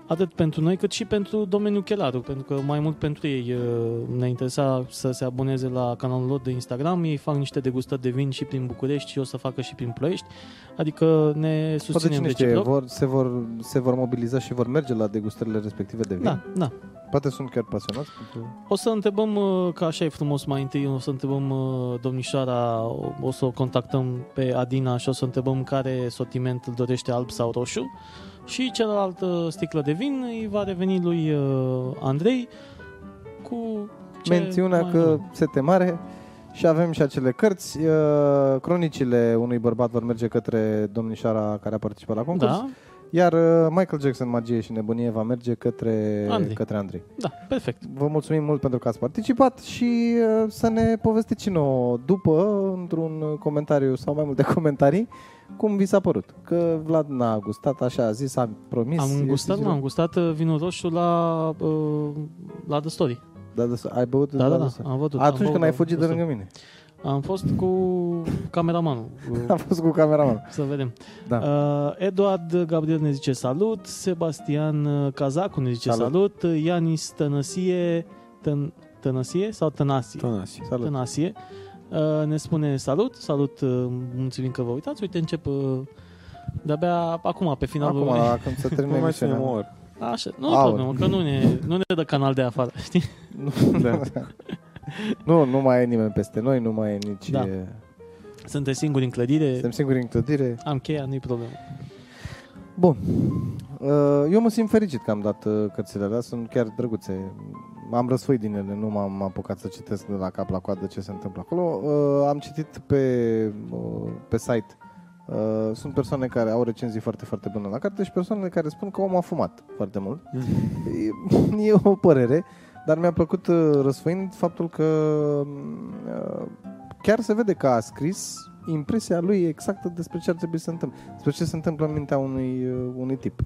S3: atât pentru noi cât și pentru domeniul chelaru, pentru că mai mult pentru ei uh, ne interesa să se aboneze la canalul lor de Instagram, ei fac niște degustări de vin și prin București și o să facă și prin Ploiești, adică ne
S2: Poate
S3: susținem
S2: cine
S3: de
S2: știe, vor, se, vor, se vor mobiliza și vor merge la degustările respective de vin.
S3: Da, da.
S2: Poate sunt chiar pasionați. pentru-
S3: O să întrebăm, uh, că așa e frumos mai întâi, o să întrebăm uh, domnișoara, o- o să o contactăm pe Adina și o să întrebăm care sortiment îl dorește alb sau roșu și celălalt uh, sticlă de vin îi va reveni lui uh, Andrei cu ce
S2: mențiunea
S3: mai
S2: că
S3: avem?
S2: sete mare și avem și acele cărți. uh, Cronicile unui bărbat vor merge către domnișoara care a participat la concurs.
S3: Da,
S2: Iar uh, Michael Jackson, Magie și nebunie va merge către
S3: Andrei.
S2: Andrei. Către Andrei.
S3: da, perfect.
S2: Vă mulțumim mult pentru că ați participat și uh, să ne povestiți și nouă după, într-un comentariu sau mai multe comentarii, cum vi s-a părut. Că Vlad n-a gustat, așa a zis, a promis.
S3: Am
S2: este
S3: gustat,
S2: zero.
S3: nu, am gustat uh, vinul roșu la, uh, la The Story.
S2: Da, da, ai băut?
S3: Da, da,
S2: Vlad,
S3: da,
S2: să-
S3: am văzut. am
S2: Atunci
S3: băut
S2: când ai
S3: la
S2: fugit
S3: The
S2: de
S3: Story.
S2: lângă mine.
S3: Am fost cu cameramanul. uh,
S2: Am fost cu cameraman.
S3: Să vedem.
S2: Da.
S3: Uh, Eduard Gabriel ne zice salut, Sebastian uh, Cazacu ne zice
S2: Salut.
S3: salut, salut. Ianis Tănăsie, tân, Tănăsie sau Tănasie?
S4: Tănasi.
S2: Salut.
S3: Tănasie uh, ne spune salut, salut, uh, mulțumim că vă uitați. Uite, încep uh, de-abia acum, pe finalul
S2: Acum, la- când se termină
S4: Nu mai ținem o
S2: emisiunea.
S4: oră.
S3: Așa, nu e
S2: Aur.
S3: problemă, că nu ne, nu ne dă canal de afară, știi?
S4: Da.
S2: Nu, nu mai e nimeni peste noi, nu mai e nici...
S3: Da.
S2: e-
S3: Suntem singuri în clădire,
S2: Suntem singuri în clădire.
S3: am cheia, nu-i problemă.
S2: Bun. Uh, Eu mă simt fericit că am dat uh, cărțile alea, sunt chiar drăguțe. Am răsfoit din ele, nu m-am apucat să citesc de la cap la coadă ce se întâmplă acolo. Uh, Am citit pe, uh, pe site. Uh, Sunt persoane care au recenzii foarte, foarte bune la carte și persoanele care spun că omul a fumat foarte mult. E- E o părere, dar mi-a plăcut uh, răsfoind faptul că uh, chiar se vede că a scris impresia lui exactă despre ce ar trebui să se întâmple, despre ce se întâmplă în mintea unui, uh, unui tip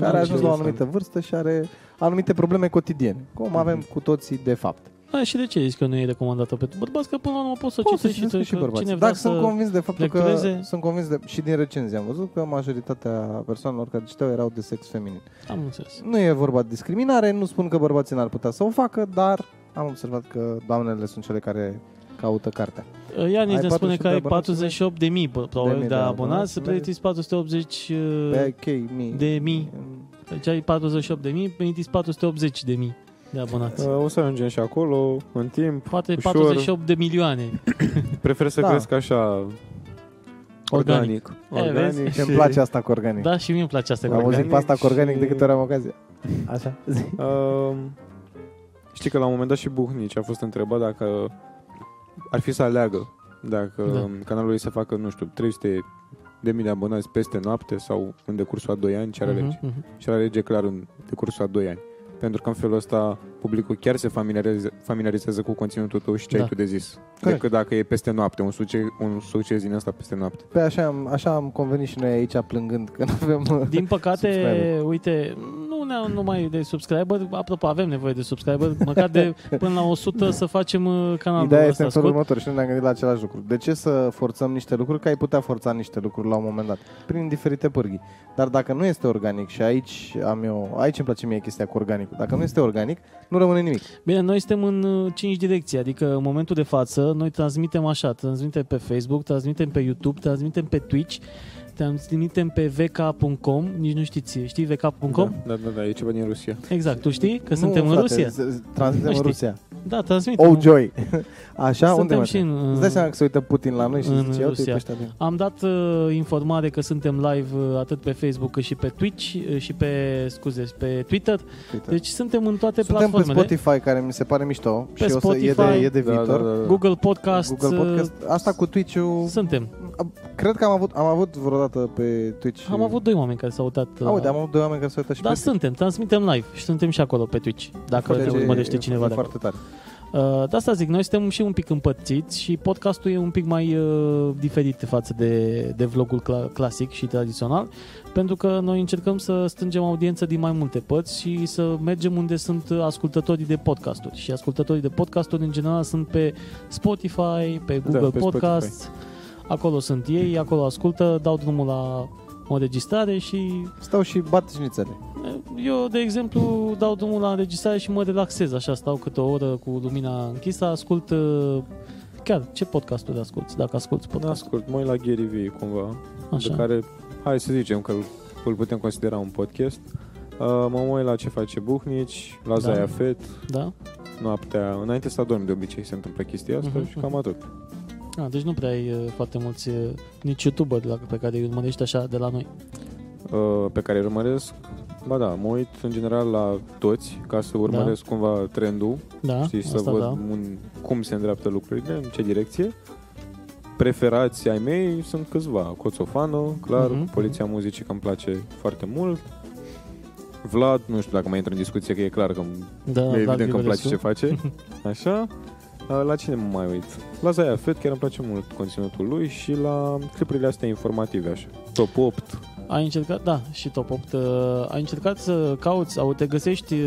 S2: care a ajuns la o anumită vârstă și are anumite probleme cotidiene, cum avem cu toții de fapt.
S3: Da, și de ce zici că nu e recomandată pentru bărbați? Că până la urmă poți să
S2: Poți să
S3: citești
S2: citesc
S3: și,
S2: și
S3: tu, că
S2: bărbați.
S3: cine
S2: Dar
S3: vrea
S2: sunt
S3: să...
S2: convins de faptul că
S3: lectureze-
S2: sunt convins de, și din recenzie am văzut că majoritatea persoanelor care citeau erau de sex feminin.
S3: Am înțeles.
S2: Nu e vorba de discriminare, nu spun că bărbații n-ar putea să o facă, dar am observat că doamnele sunt cele care caută cartea.
S3: Ianis
S2: Ai
S3: ne spune că ai
S2: 48
S3: 48 de mii, probabil, de,
S2: mii de
S3: abonați,
S2: abonați,
S3: să plătiți 480 uh,
S2: Pe Păi, ok, mii.
S3: de mii. Deci ai 48 de mii, plătiți 480 de mii de abonați.
S4: Uh, O să ajungem și acolo, în timp.
S3: Poate
S4: ușor.
S3: 48 de milioane.
S4: Prefer să
S2: Da.
S4: cresc așa...
S3: Organic.
S4: Organic.
S3: vezi?
S2: Ce îmi place asta cu organic.
S3: Da, și mie îmi place asta.
S2: am
S3: cu
S4: organic
S2: auzit pe asta cu organic
S4: și-
S2: de câte ori am ocazia. Așa.
S4: Um, știi că la un moment dat și Buhnici a fost întrebat dacă ar fi să aleagă dacă
S3: Da.
S4: da. canalul ei să facă, nu știu, 300 de mii de abonați peste noapte sau în decursul a 2 ani, ce ar alege.
S3: Mhm, mhm.
S4: Și ar alege clar în decursul a 2 ani. Pentru că în felul ăsta publicul chiar se familiarize, familiarizează cu conținutul tău și ce
S3: Da.
S4: ai tu de zis.
S2: Corect.
S4: Decât dacă e peste noapte, un succes, un succes din asta peste noapte.
S2: Pe Păi așa am, așa am convenit și noi aici plângând că nu avem... uh,
S3: Din păcate,
S2: Subscriber.
S3: uite, nu ne numai de subscriber, apropo, avem nevoie de subscriber, măcar de până la 100 să facem uh, canalul
S2: Ideea este
S3: ăsta
S2: în felul
S3: scurt.
S2: următor și nu ne-am gândit la același lucru. De ce să forțăm niște lucruri? Că ai putea forța niște lucruri la un moment dat, prin diferite pârghii. Dar dacă nu este organic și aici am eu, aici îmi place mie chestia cu organicul, dacă nu este organic, nu rămâne nimic.
S3: Bine, noi suntem în uh, cinci direcții, adică în momentul de față noi transmitem așa, transmitem pe Facebook, transmitem pe YouTube, transmitem pe Twitch, transmitem pe vk.com, nici nu știți, știi vk.com?
S4: Da, da, da, e ceva din Rusia.
S3: Exact, tu știi că suntem
S2: nu,
S3: în
S2: frate,
S3: Rusia?
S2: z- z-
S3: Nu
S2: Transmitem în
S3: știi.
S2: Rusia.
S3: Da, transmitem.
S2: Oh joy! Așa, unde
S3: suntem
S2: mai?
S3: și în,
S2: Îți dai seama că se uită Putin la noi și
S3: în
S2: zice, uite,
S3: Rusia."
S2: pe ăștia de...
S3: Am dat uh, informare că suntem live uh, atât pe Facebook cât și pe Twitch uh, și pe, scuze, pe Twitter.
S2: Twitter."
S3: Deci suntem în toate
S2: Da. Suntem pe
S3: platformele.
S2: Spotify, care mi se pare mișto
S3: Pe
S2: și o să e
S3: Spotify,
S2: de, e
S4: Da,
S2: de viitor.
S3: Google Podcast.
S2: Google Podcast. Asta cu
S3: uh,
S2: Twitch-ul
S3: Suntem.
S2: Cred că am avut, am avut vreodată pe Twitch
S3: Am avut doi oameni care s-au uitat. la-
S2: Aude, am avut doi oameni care s-au uitat și
S3: Da,
S2: pe Twitch.
S3: suntem, transmitem live și suntem și acolo pe Twitch, dacă
S2: Foarte
S3: ne
S2: ce-
S3: urmărește cineva
S2: e
S3: de acolo.
S2: foarte tare.
S3: Uh, de asta zic, noi suntem și un pic împărțiți și podcastul e un pic mai uh, diferit față de, de vlogul cla- clasic și tradițional, pentru că noi încercăm să strângem audiență din mai multe părți și să mergem unde sunt ascultătorii de podcasturi. Și ascultătorii de podcasturi, în general, sunt pe Spotify, pe Google da,
S4: pe
S3: pe
S4: Spotify.
S3: Podcast, acolo sunt ei, acolo ascultă, dau drumul la o registrare și
S2: Stau și bat șnițele.
S3: eu, de exemplu, dau drumul la înregistrare și mă relaxez, așa, stau câte o oră cu lumina închisă, ascult uh, chiar ce podcasturi asculti, dacă asculti
S4: Da,
S3: podcast.
S4: ascult, mai la Gary Vee, cumva.
S3: Așa.
S4: Așa. Pe care, hai să zicem că îl- îl putem considera un podcast. Uh, mă uit la ce face Buhnici, la
S3: Da.
S4: da. Zaya Fet,
S3: Da?
S4: noaptea, înainte să adorm de obicei se întâmplă chestia asta
S3: Mhm,
S4: și cam atât.
S3: A, deci nu prea ai uh, foarte mulți, uh, nici youtuber la, pe care îi urmărești așa de la noi.
S4: Uh, pe care îl urmăresc, Ba da, mă uit în general la toți ca să urmăresc da. cumva trendul,
S3: Da,
S4: știi, și să
S3: asta
S4: văd
S3: da.
S4: un, cum se îndreaptă lucrurile, în ce direcție. Preferații ai mei sunt câțiva, Coțofană, clar,
S3: Mhm.
S4: uh-huh. Poliția Muzicii că îmi place foarte mult, Vlad, nu știu dacă mai intru în discuție, că e clar că
S3: Da,
S4: e
S3: Vlad
S4: evident că îmi
S3: Grigorescu.
S4: place ce face. Așa. Uh, La cine mă mai uit? La Zaya Fett, chiar îmi place mult conținutul lui și la clipurile astea informative, așa. Top 8.
S3: Ai încercat, da, și top 8. uh, Ai încercat să cauți, au te găsești uh,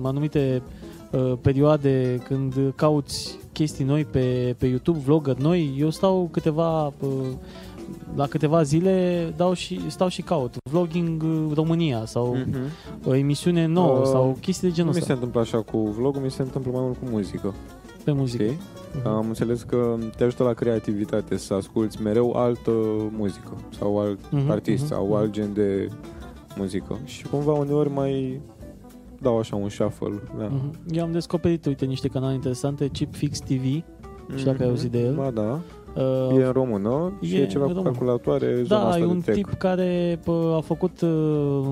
S3: în anumite uh, perioade când cauți chestii noi pe, pe YouTube, vlogger noi. Eu stau câteva, uh, la câteva zile dau și, stau și caut. Vlogging uh, România sau
S4: Mm-hmm.
S3: o emisiune nouă
S4: Uh,
S3: sau chestii de
S4: Nu
S3: genul
S4: mi se
S3: ăsta
S4: întâmplă așa cu vlogul, mi se întâmplă mai mult cu muzică.
S3: pe muzică.
S4: Știi?
S3: Mhm.
S4: Am înțeles că te ajută la creativitate să asculti mereu altă muzică sau alt
S3: Mhm,
S4: artist
S3: mhm,
S4: sau
S3: mhm.
S4: alt gen de muzică. Și cumva uneori mai dau așa un shuffle. Da.
S3: Mhm. Eu am descoperit, uite, niște canale interesante, Chip Fix TV, și dacă ai auzit de el.
S4: Ba da.
S3: uh,
S4: Mhm. E în română și e,
S3: E
S4: e ceva
S3: român.
S4: cu calculatoare, zona
S3: Da,
S4: asta
S3: e
S4: de
S3: un
S4: tech.
S3: tip care pă, a făcut uh,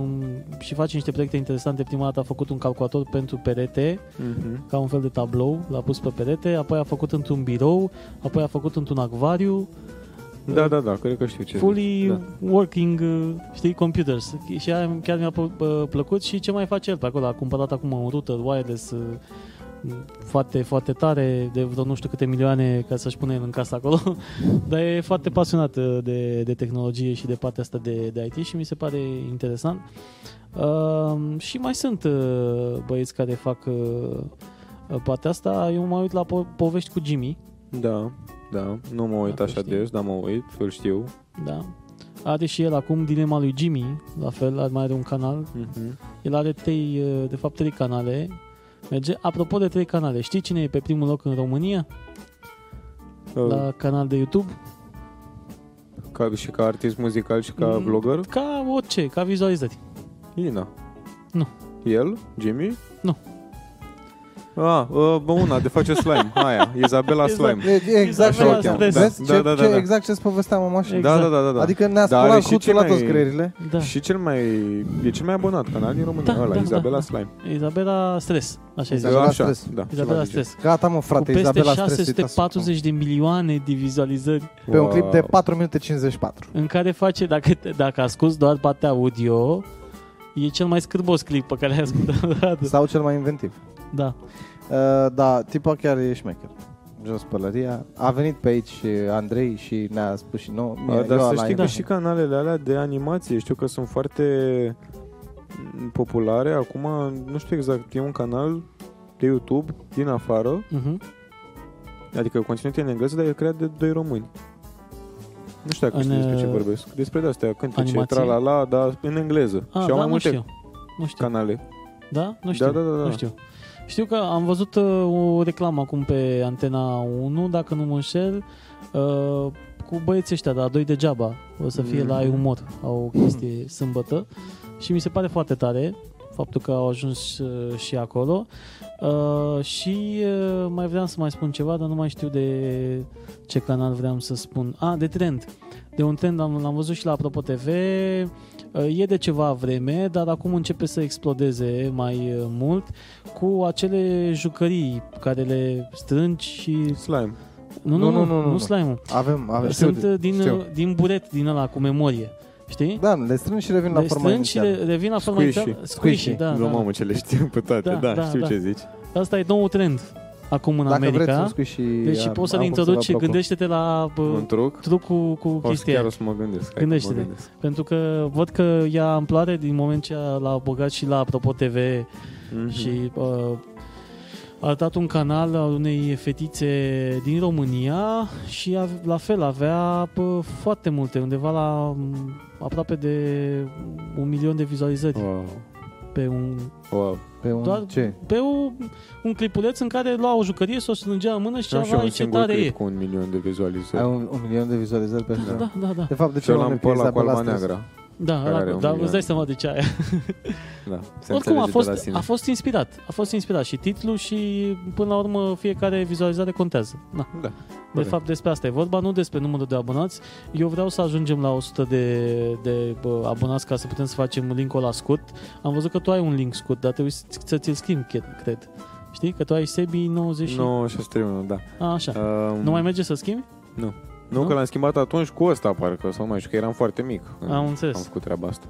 S3: și face niște proiecte interesante. Prima dată a făcut un calculator pentru perete,
S4: Mhm.
S3: ca un fel de tablou, l-a pus pe perete, apoi a făcut într-un birou, apoi a făcut într-un acvariu,
S4: Da, da, da, cred că știu ce
S3: fully
S4: zici. Da.
S3: working, uh, știi, computers. Și aia chiar mi-a pă- pă- plăcut și ce mai face el pe acolo. A cumpărat acum un router wireless uh, foarte, foarte tare, de vreo nu știu câte milioane ca să-și pune el în casă acolo, dar e foarte pasionat uh, de, de tehnologie și de partea asta de, de IT și mi se pare interesant. Uh, și mai sunt uh, băieți care fac uh, partea asta. Eu mă uit la po- povești cu Jimmy,
S4: da, da, nu mă uit
S3: Dacă
S4: așa
S3: știi.
S4: des, dar mă uit, îl știu.
S3: da. Are și el acum dilema lui Jimmy, la fel, are mai are un canal.
S4: Mhm.
S3: El are trei, uh, de fapt, trei canale. Merge. Apropo de trei canale, știi cine e pe primul loc în România?
S4: Da.
S3: La canal de YouTube?
S4: Ca, și ca artist muzical și ca
S3: Mm.
S4: vlogger,
S3: Ca orice, ca vizualizări.
S4: Ina.
S3: Nu.
S4: El? Jimmy?
S3: Nu.
S4: Ah, uh, bă, una, de face slime, aia, Izabela Slime.
S2: E, e exact
S3: Izabela
S2: ce
S4: Stres.
S2: Vezi
S4: Da,
S2: ce,
S4: da, da,
S2: ce,
S4: da.
S2: exact ce-ți povesteam în mașină.
S3: Exact.
S4: Da, da, da, da, da.
S2: Adică ne-a
S4: Dar are
S2: spălat
S4: și
S2: cuțul la
S4: cel mai-
S2: toți creierile.
S3: Da.
S4: Și cel mai, e cel mai abonat canal din România,
S3: Da,
S4: ăla,
S3: da,
S4: Izabela
S3: da, da.
S4: Slime.
S3: Izabela Stres, așa e zis.
S2: Izabela
S4: așa,
S2: Stres.
S4: da.
S3: Izabela Stres.
S2: Gata, mă,
S3: Cu
S2: frate,
S3: peste
S2: Izabela Stresitas.
S3: 640 de milioane de vizualizări
S2: Pe un clip de
S4: Wow.
S2: 4 minute 54.
S3: în care face, dacă, te- dacă asculti doar partea audio, e cel mai scârbos clip pe care l-ai ascultat vreodată.
S2: Sau cel mai inventiv.
S3: Da.
S2: Uh, da, tipa chiar e șmecher. Jos pălăria. A venit pe aici uh, Andrei și ne-a spus și nouă.
S4: A,
S2: Eu
S4: dar
S2: la
S4: să știi că
S2: Andrei.
S4: și canalele alea de animație, știu că sunt foarte m, populare. Acum, nu știu exact, e un canal de YouTube din afară,
S3: Uh-huh.
S4: adică conținutul e în engleză, dar e creat de doi români. Nu știu dacă
S3: În,
S4: știi despre ce
S3: uh,
S4: vorbesc. Despre de-astea, cântece,
S3: animație?
S4: tra-la-la, dar în engleză.
S3: Ah,
S4: și
S3: da,
S4: au mai
S3: nu
S4: multe
S3: știu. Nu știu.
S4: canale.
S3: Da? Nu știu.
S4: Da, da, da, da.
S3: Nu știu. Știu că am văzut uh, o reclamă acum pe Antena 1, dacă nu mă înșel, uh, cu băieții ăștia, dar doi degeaba. O să
S4: Mm.
S3: fie la Ai Umor, au o chestie sâmbătă și mi se pare foarte tare faptul că au ajuns uh, și acolo. Uh, și uh, mai vreau să mai spun ceva, dar nu mai știu de ce canal vreau să spun. Ah, de trend. De un trend am, l-am văzut și la Apropo TV, Uh, E de ceva vreme, dar acum începe să explodeze mai uh, mult cu acele jucării care le strângi și...
S4: Slime.
S3: Nu, nu, nu, nu, nu, nu slime-ul.
S2: Avem, avem. Știu,
S3: Sunt uh, din,
S2: știu.
S3: din buret, din ăla, cu memorie. Știi?
S2: Da, le strâng și revin la
S3: le
S2: forma
S3: strângi și
S2: inițială.
S3: le, revin la forma
S4: Squishy.
S3: inițială. Squishy,
S2: Squishy.
S3: da,
S4: nu,
S3: da.
S4: mamă, ce le știu pe toate,
S3: Da,
S4: da,
S3: da,
S4: știu
S3: da.
S4: ce zici.
S3: Asta e nou trend acum în
S2: Dacă vreți,
S3: America.
S2: îmi scrii și...
S3: Deci
S2: am-
S3: poți să-l
S2: am cum vă
S3: introduci și
S2: plac.
S3: gândește-te la bă,
S4: Un truc?
S3: trucul cu
S4: O să
S3: chestia
S4: chiar
S3: aia.
S4: o să mă gândesc. hai că mă
S3: Gândește-te.
S4: gândesc.
S3: Pentru că văd că ia amploare din moment ce l-a băgat și la Apropo TV
S4: Mhm.
S3: și uh, a dat un canal al unei fetițe din România și a, la fel avea pă, foarte multe, undeva la m, aproape de un milion de vizualizări
S4: Wow.
S3: pe un,
S4: Wow.
S2: Pe un
S3: Doar-
S2: ce?
S3: pe o, un clipuleț în care lua o jucărie, s-o strângea în mână și
S4: Am și eu
S3: avea
S4: un
S3: ce
S4: singur
S3: tare
S4: clip
S3: e.
S4: cu un milion de
S2: Ai
S4: vizualizări.
S2: un, un milion de vizualizări pe
S3: Da, da, da.
S2: De fapt, de ce
S4: Și eu
S2: nu
S4: l-am
S2: pe
S4: pe ăla cu
S2: Izabela
S4: alba
S2: Stres?
S4: neagră.
S3: Da,
S4: Care
S3: ăla
S4: are
S3: cu-
S4: un
S3: dar
S4: milion.
S3: îți dai seama de ce aia.
S4: Da, se
S3: Oricum a
S4: înțelege
S3: fost,
S4: de la sine.
S3: a fost inspirat. A fost inspirat și titlul și până la urmă fiecare vizualizare contează. Na.
S4: Da,
S3: De
S4: corect.
S3: fapt despre asta e vorba, nu despre numărul de abonați. Eu vreau să ajungem la 100 de, de bă, abonați ca să putem să facem linkul la scurt. Am văzut că tu ai un link scurt, dar trebuie să- să ți-l schimbi, cred- cred. Știi? Că tu ai Sebi 90 și...
S4: 961, da.
S3: A, așa.
S4: Um,
S3: Nu mai merge să schimbi?
S4: Nu. Nu,
S3: Nu?
S4: că l-am schimbat atunci cu ăsta, parcă, sau nu mai știu, că eram foarte mic. când
S3: Am înțeles.
S4: Am făcut treaba asta.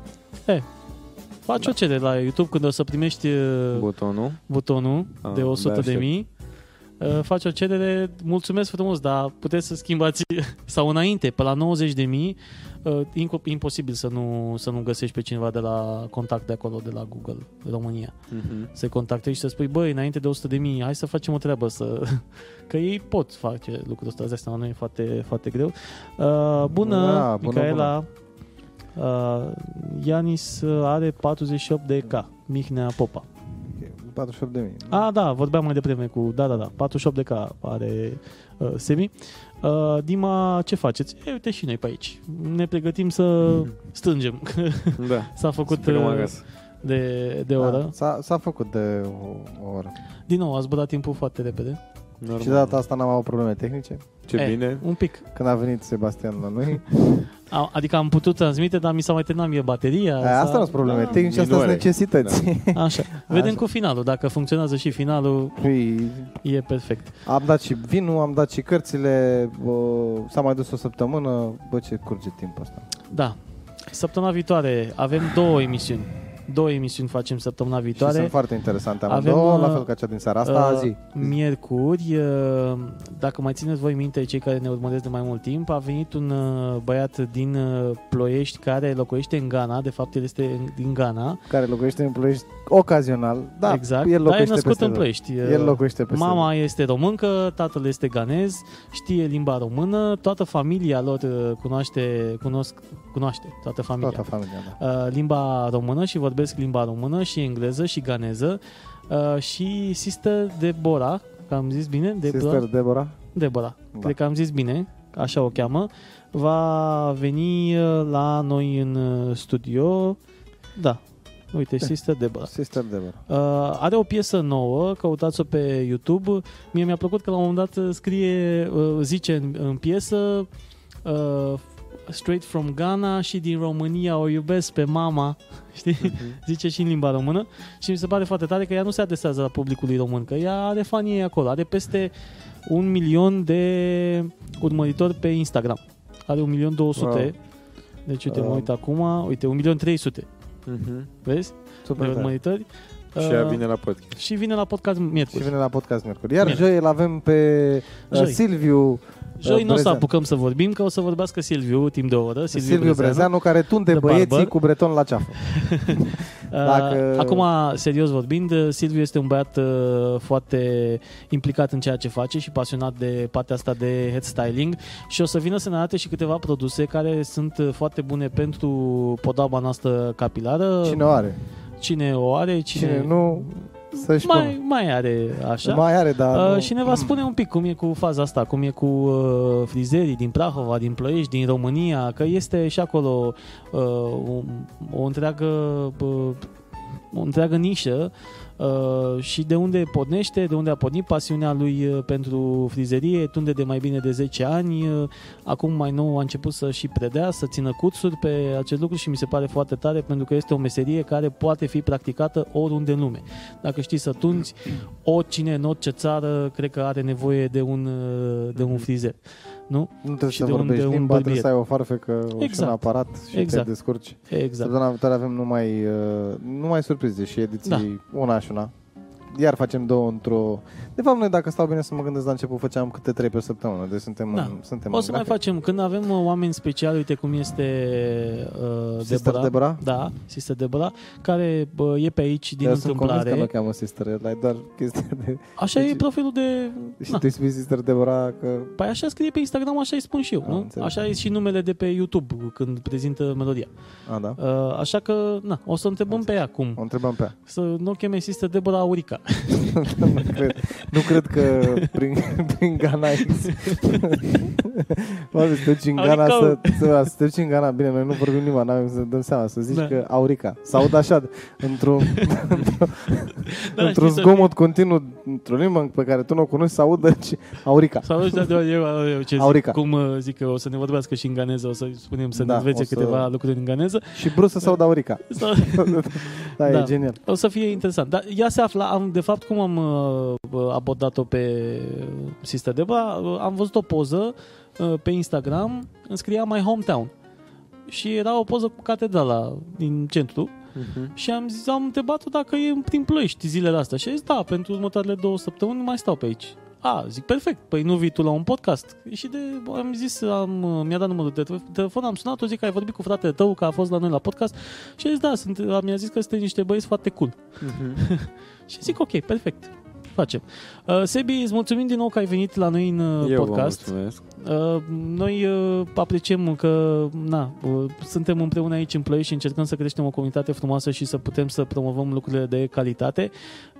S3: Faci
S4: da.
S3: o cerere la YouTube când o să primești uh,
S4: Butonul.
S3: butonul
S4: Ah,
S3: de 100 de
S4: abia
S3: mii, uh, faci o cerere, mulțumesc frumos, dar puteți să schimbați sau înainte, pe la 90 de mii, uh, inco- imposibil să nu, să nu găsești pe cineva de la contact de acolo, de la Google România.
S4: Mhm.
S3: Să contactezi și să spui, băi, înainte de 100 de mii, hai să facem o treabă, să... că ei pot face lucrul ăsta, de asta nu e foarte, foarte greu. Uh, bună, da,
S2: Da, bună,
S3: Micaela! Uh, Ianis are 48 de K, Mihnea Popa.
S2: 48 de mii.
S3: A, da, vorbeam mai devreme cu... Da, da, da, 48 de K are uh, Semi. Uh, Dima, ce faceți? E, uite și noi pe aici. Ne pregătim să strângem. că
S4: Da.
S3: S-a făcut
S4: Plecăm
S3: uh,
S4: acasă.
S3: de, de oră.
S2: Da, s-a, s-a făcut de o, o oră.
S3: Din nou, a zburat timpul foarte repede.
S4: Normal.
S2: Și de data asta n-am avut probleme tehnice.
S4: Ce
S3: Eh,
S4: bine.
S3: Un pic.
S2: Când a venit Sebastian la noi,
S3: A, adică am putut transmite, dar mi s-a mai terminat mie bateria.
S2: aia,
S3: s-a-
S2: asta nu sunt probleme
S3: Da,
S2: tehnice, asta sunt
S4: minore.
S2: necesități.
S3: Așa. Vedem
S2: Așa.
S3: cu finalul. Dacă funcționează și finalul,
S2: Păi,
S3: e perfect.
S2: am dat și vinul, am dat și cărțile, bă, s-a mai dus o săptămână, bă, ce curge timpul ăsta.
S3: Da. Săptămâna viitoare avem două emisiuni. Două emisiuni facem săptămâna
S2: Și
S3: viitoare.
S2: sunt foarte interesante
S3: Avem,
S2: amândouă, la
S3: uh,
S2: fel ca cea din seara asta,
S3: Uh,
S2: azi.
S3: Miercuri, uh, dacă mai țineți voi minte cei care ne urmăresc de mai mult timp, a venit un uh, băiat din uh, Ploiești care locuiește în Ghana, de fapt el este în- din Ghana.
S2: care locuiește în Ploiești ocazional. Da,
S3: exact.
S2: el
S3: dar e
S2: locuiește
S3: născut
S2: peste
S3: în
S2: tot.
S3: Ploiești. Uh,
S2: El locuiește peste
S3: Mama este româncă, tatăl este ganez, știe limba română, toată familia lor uh, cunoaște, cunosc, cunoaște toată familia.
S2: Toată familia, da.
S3: uh, limba română și vorbesc limba română și engleză și ganeză uh, și sister Deborah, că am zis bine?
S2: Sister Deborah.
S3: Deborah.
S2: Da.
S3: Da. Cred că am zis bine, așa o cheamă. Va veni uh, la noi în uh, studio. Da. Uite, Sister Deborah.
S2: Sister Deborah.
S3: Uh, are o piesă nouă, căutați-o pe YouTube. Mie mi-a plăcut că la un moment dat uh, scrie, uh, zice în, în piesă uh, Straight from Ghana și din România o iubesc pe mama, știi? Zice și în limba română și mi se pare foarte tare că ea nu se adresează la publicului român, că ea are fanii ei acolo, are peste un milion de urmăritori pe Instagram. Are un milion 200.
S2: Wow.
S3: Deci uite, mă
S2: Um.
S3: uit acum, uite, un milion 300,
S4: Mhm.
S3: vezi?
S2: Super
S3: De
S2: tare.
S3: urmăritori.
S4: Și
S3: Uh.
S4: ea vine la podcast.
S3: Și vine la podcast
S2: Și
S3: miercuri.
S2: vine la podcast miercuri. Iar
S3: Păi. Bine.
S2: joi îl avem pe uh,
S3: Joi.
S2: Silviu uh,
S3: Joi nu o să
S2: Brezan.
S3: apucăm să vorbim, că o să vorbească Silviu timp de o oră. Silviu,
S2: Silviu Brezeanu, care tunde
S3: The
S2: băieții
S3: Barber.
S2: cu breton la ceafă. dacă-
S3: Uh, Acum, serios vorbind, Silviu este un băiat uh, foarte implicat în ceea ce face și pasionat de partea asta de head styling și o să vină să ne arate și câteva produse care sunt uh, foarte bune pentru podaba noastră capilară.
S2: Cine o are?
S3: Cine o are, cine,
S2: Cine, nu, să-și
S3: mai, mai are așa.
S2: pună. Păi Mai are, dar...
S3: Uh,
S2: nu-
S3: și ne va spune un pic cum e cu faza asta, cum e cu uh, frizerii din Prahova, din Ploiești, din România, că este și acolo uh, o, o întreagă uh, o întreagă nișă uh, și de unde pornește, de unde a pornit pasiunea lui uh, pentru frizerie, tunde de mai bine de 10 ani, uh, acum mai nou a început să și predea, să țină cursuri pe acest lucru și mi se pare foarte tare pentru că este o meserie care poate fi practicată oriunde în lume. Dacă știi să tunzi, oricine în orice țară cred că are nevoie de un, uh, de un frizer. Nu?
S2: Mhm. Nu trebuie
S3: și
S2: să
S3: de un-
S2: vorbești
S3: de un
S2: limba, trebuie
S3: bărbier.
S2: să ai o farfecă exact. și un
S3: Exact.
S2: aparat și
S3: Exact.
S2: te descurci.
S3: Exact.
S2: Săptămâna viitoare avem numai, uh, numai surprize și ediții da. una și una. Iar facem două într-o... De fapt, noi, dacă stau bine să mă gândesc, la început făceam câte trei pe săptămână. Deci suntem,
S3: Da.
S2: în, suntem
S3: O să
S2: în
S3: mai
S2: grafic.
S3: facem, când avem uh, oameni speciali, uite cum este uh,
S2: Sister
S3: Deborah,
S2: Deborah?
S3: Da, Sister Deborah, care bă, e pe aici din
S2: Eu sunt convins că
S3: întâmplare.
S2: nu o cheamă Sister Red, ai doar chestia de...
S3: Așa
S2: Deci-
S3: e profilul de...
S2: Și
S3: Na.
S2: tu îi spui Sister Deborah că...
S3: Păi așa scrie pe Instagram, așa îi spun și eu,
S2: Am
S3: nu?
S2: înțeles.
S3: Așa e și numele de pe YouTube când prezintă melodia.
S2: A, da.
S3: Uh, așa că, na, o să întrebăm pe ea
S2: O
S3: acum.
S2: întrebam pe ea.
S3: Să nu o cheme Sister Deborah Aurica.
S2: nu, cred, nu cred că prin, prin Ghana ex- Mă, să te duci în Ghana să,
S3: Auricau.
S2: să, să te duci în Ghana. Bine, noi nu vorbim limba, n-avem să dăm seama, să zici da.
S3: Da.
S2: că Aurica. Să aud așa, într-un,
S3: Da,
S2: într-un
S3: știi să fie-
S2: zgomot continuu, într-o limbă pe care tu nu o cunoști, să audă și Aurica.
S3: Salut, da, da, eu, eu ce
S2: Aurica.
S3: zic, cum uh, zic că o să ne vorbească și în ganeză, o să spunem să
S2: Da,
S3: da, ne învețe
S2: o să-
S3: să... câteva lucruri în ganeză.
S2: Și brusc să se audă Aurica.
S3: Sau...
S2: Da, da, e
S3: Da.
S2: genial.
S3: o să fie interesant. Dar ea se afla, am, de fapt, cum am uh, abordat-o pe Sista Deba, uh, am văzut o poză uh, pe Instagram, îmi scria My Hometown. Și era o poză cu catedrala din centru
S4: Mhm.
S3: și am zis, am întrebat-o dacă e prin Ploiești zilele astea. Și a zis, da, pentru următoarele două săptămâni mai stau pe aici. A, zic, perfect, păi nu vii tu la un podcast. Și de, am zis, am, mi-a dat numărul de telef- telefon, am sunat-o, zic că ai vorbit cu fratele tău, că a fost la noi la podcast. Și a zis, da, sunt, mi-a zis că sunteți niște băieți foarte cool.
S4: Mhm.
S3: și zic, ok, perfect, facem. Uh, Sebi, îți mulțumim din nou că ai venit la noi în uh,
S4: Eu
S3: podcast.
S4: vă mulțumesc.
S3: Uh, Noi uh, apreciem că na, uh, suntem împreună aici în Ploiești și încercăm să creștem o comunitate frumoasă și să putem să promovăm lucrurile de calitate.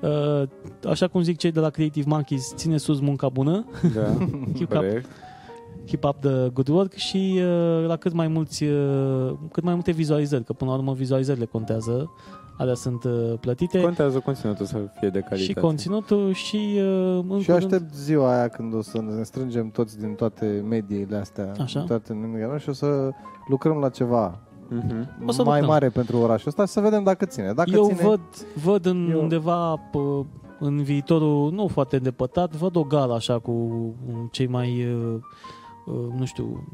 S3: Uh, Așa cum zic cei de la Creative Monkeys, ține sus munca bună,
S4: Da,
S3: keep up,
S4: corect.
S3: keep up the good work și uh, la cât mai, mulți, uh, cât mai multe vizualizări, că până la urmă vizualizările contează, alea sunt uh, plătite
S4: Contează conținutul să fie de calitate.
S3: și conținutul și uh, în
S2: Și eu aștept ziua aia când o să ne strângem toți din toate mediile astea,
S3: Așa.
S2: din toate mediile și o să lucrăm la ceva
S4: Mhm.
S3: O să
S2: mai
S3: lucrăm.
S2: mare pentru orașul ăsta și să vedem dacă ține. Dacă
S3: eu
S2: ține,
S3: văd, văd în
S2: Eu-
S3: eu... undeva pă, în viitorul nu foarte îndepărtat, văd o gală așa cu um, cei mai uh, uh, nu știu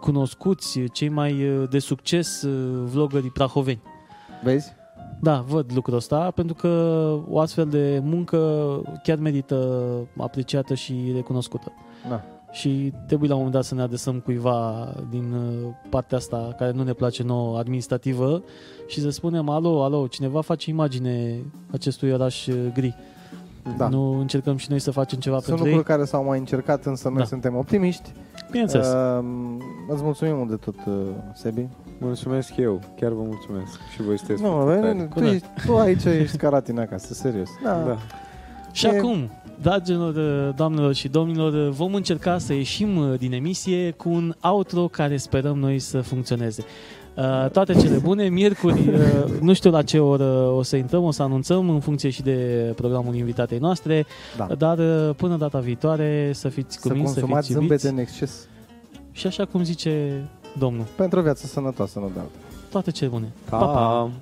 S3: cunoscuți, cei mai uh, de succes uh, vlogării prahoveni.
S2: vezi?
S3: Da, văd lucrul ăsta, pentru că o astfel de muncă chiar merită apreciată și recunoscută.
S2: Da.
S3: Și trebuie la un moment dat să ne adresăm cuiva din uh, partea asta care nu ne place nouă, administrativă, și să spunem, alo, alo, cineva face imagine acestui oraș uh, gri.
S2: Da.
S3: Nu încercăm și noi să facem ceva
S2: Sunt
S3: pentru ei?
S2: lucruri care s-au mai încercat, însă noi
S3: Da.
S2: suntem optimiști.
S3: Bineînțeles. Uh,
S2: Um, îți mulțumim mult de tot, uh, Sebi.
S4: Mulțumesc eu, chiar vă mulțumesc. Și voi sunteți
S2: Nu,
S4: foarte tari.
S2: nu, tu, ești, tu aici ești caratin acasă, serios. Da.
S4: Da.
S3: și
S2: e-
S3: acum, dragilor, uh, doamnelor și domnilor, uh, vom încerca să ieșim uh, din emisie cu un outro care sperăm noi să funcționeze. Uh, toate cele bune, miercuri, uh, nu știu la ce oră o să intrăm, o să anunțăm în funcție și de programul invitatei noastre,
S2: Da.
S3: dar uh, până data viitoare să fiți
S2: Să
S3: cuminți, să,
S2: consumați
S3: fiți iubiți
S2: zâmbete în exces.
S3: și așa cum zice domnul,
S2: Pentru o viață sănătoasă, nu de altă.
S3: toate cele bune.
S4: Pa!
S3: Pa, pa!
S4: pa.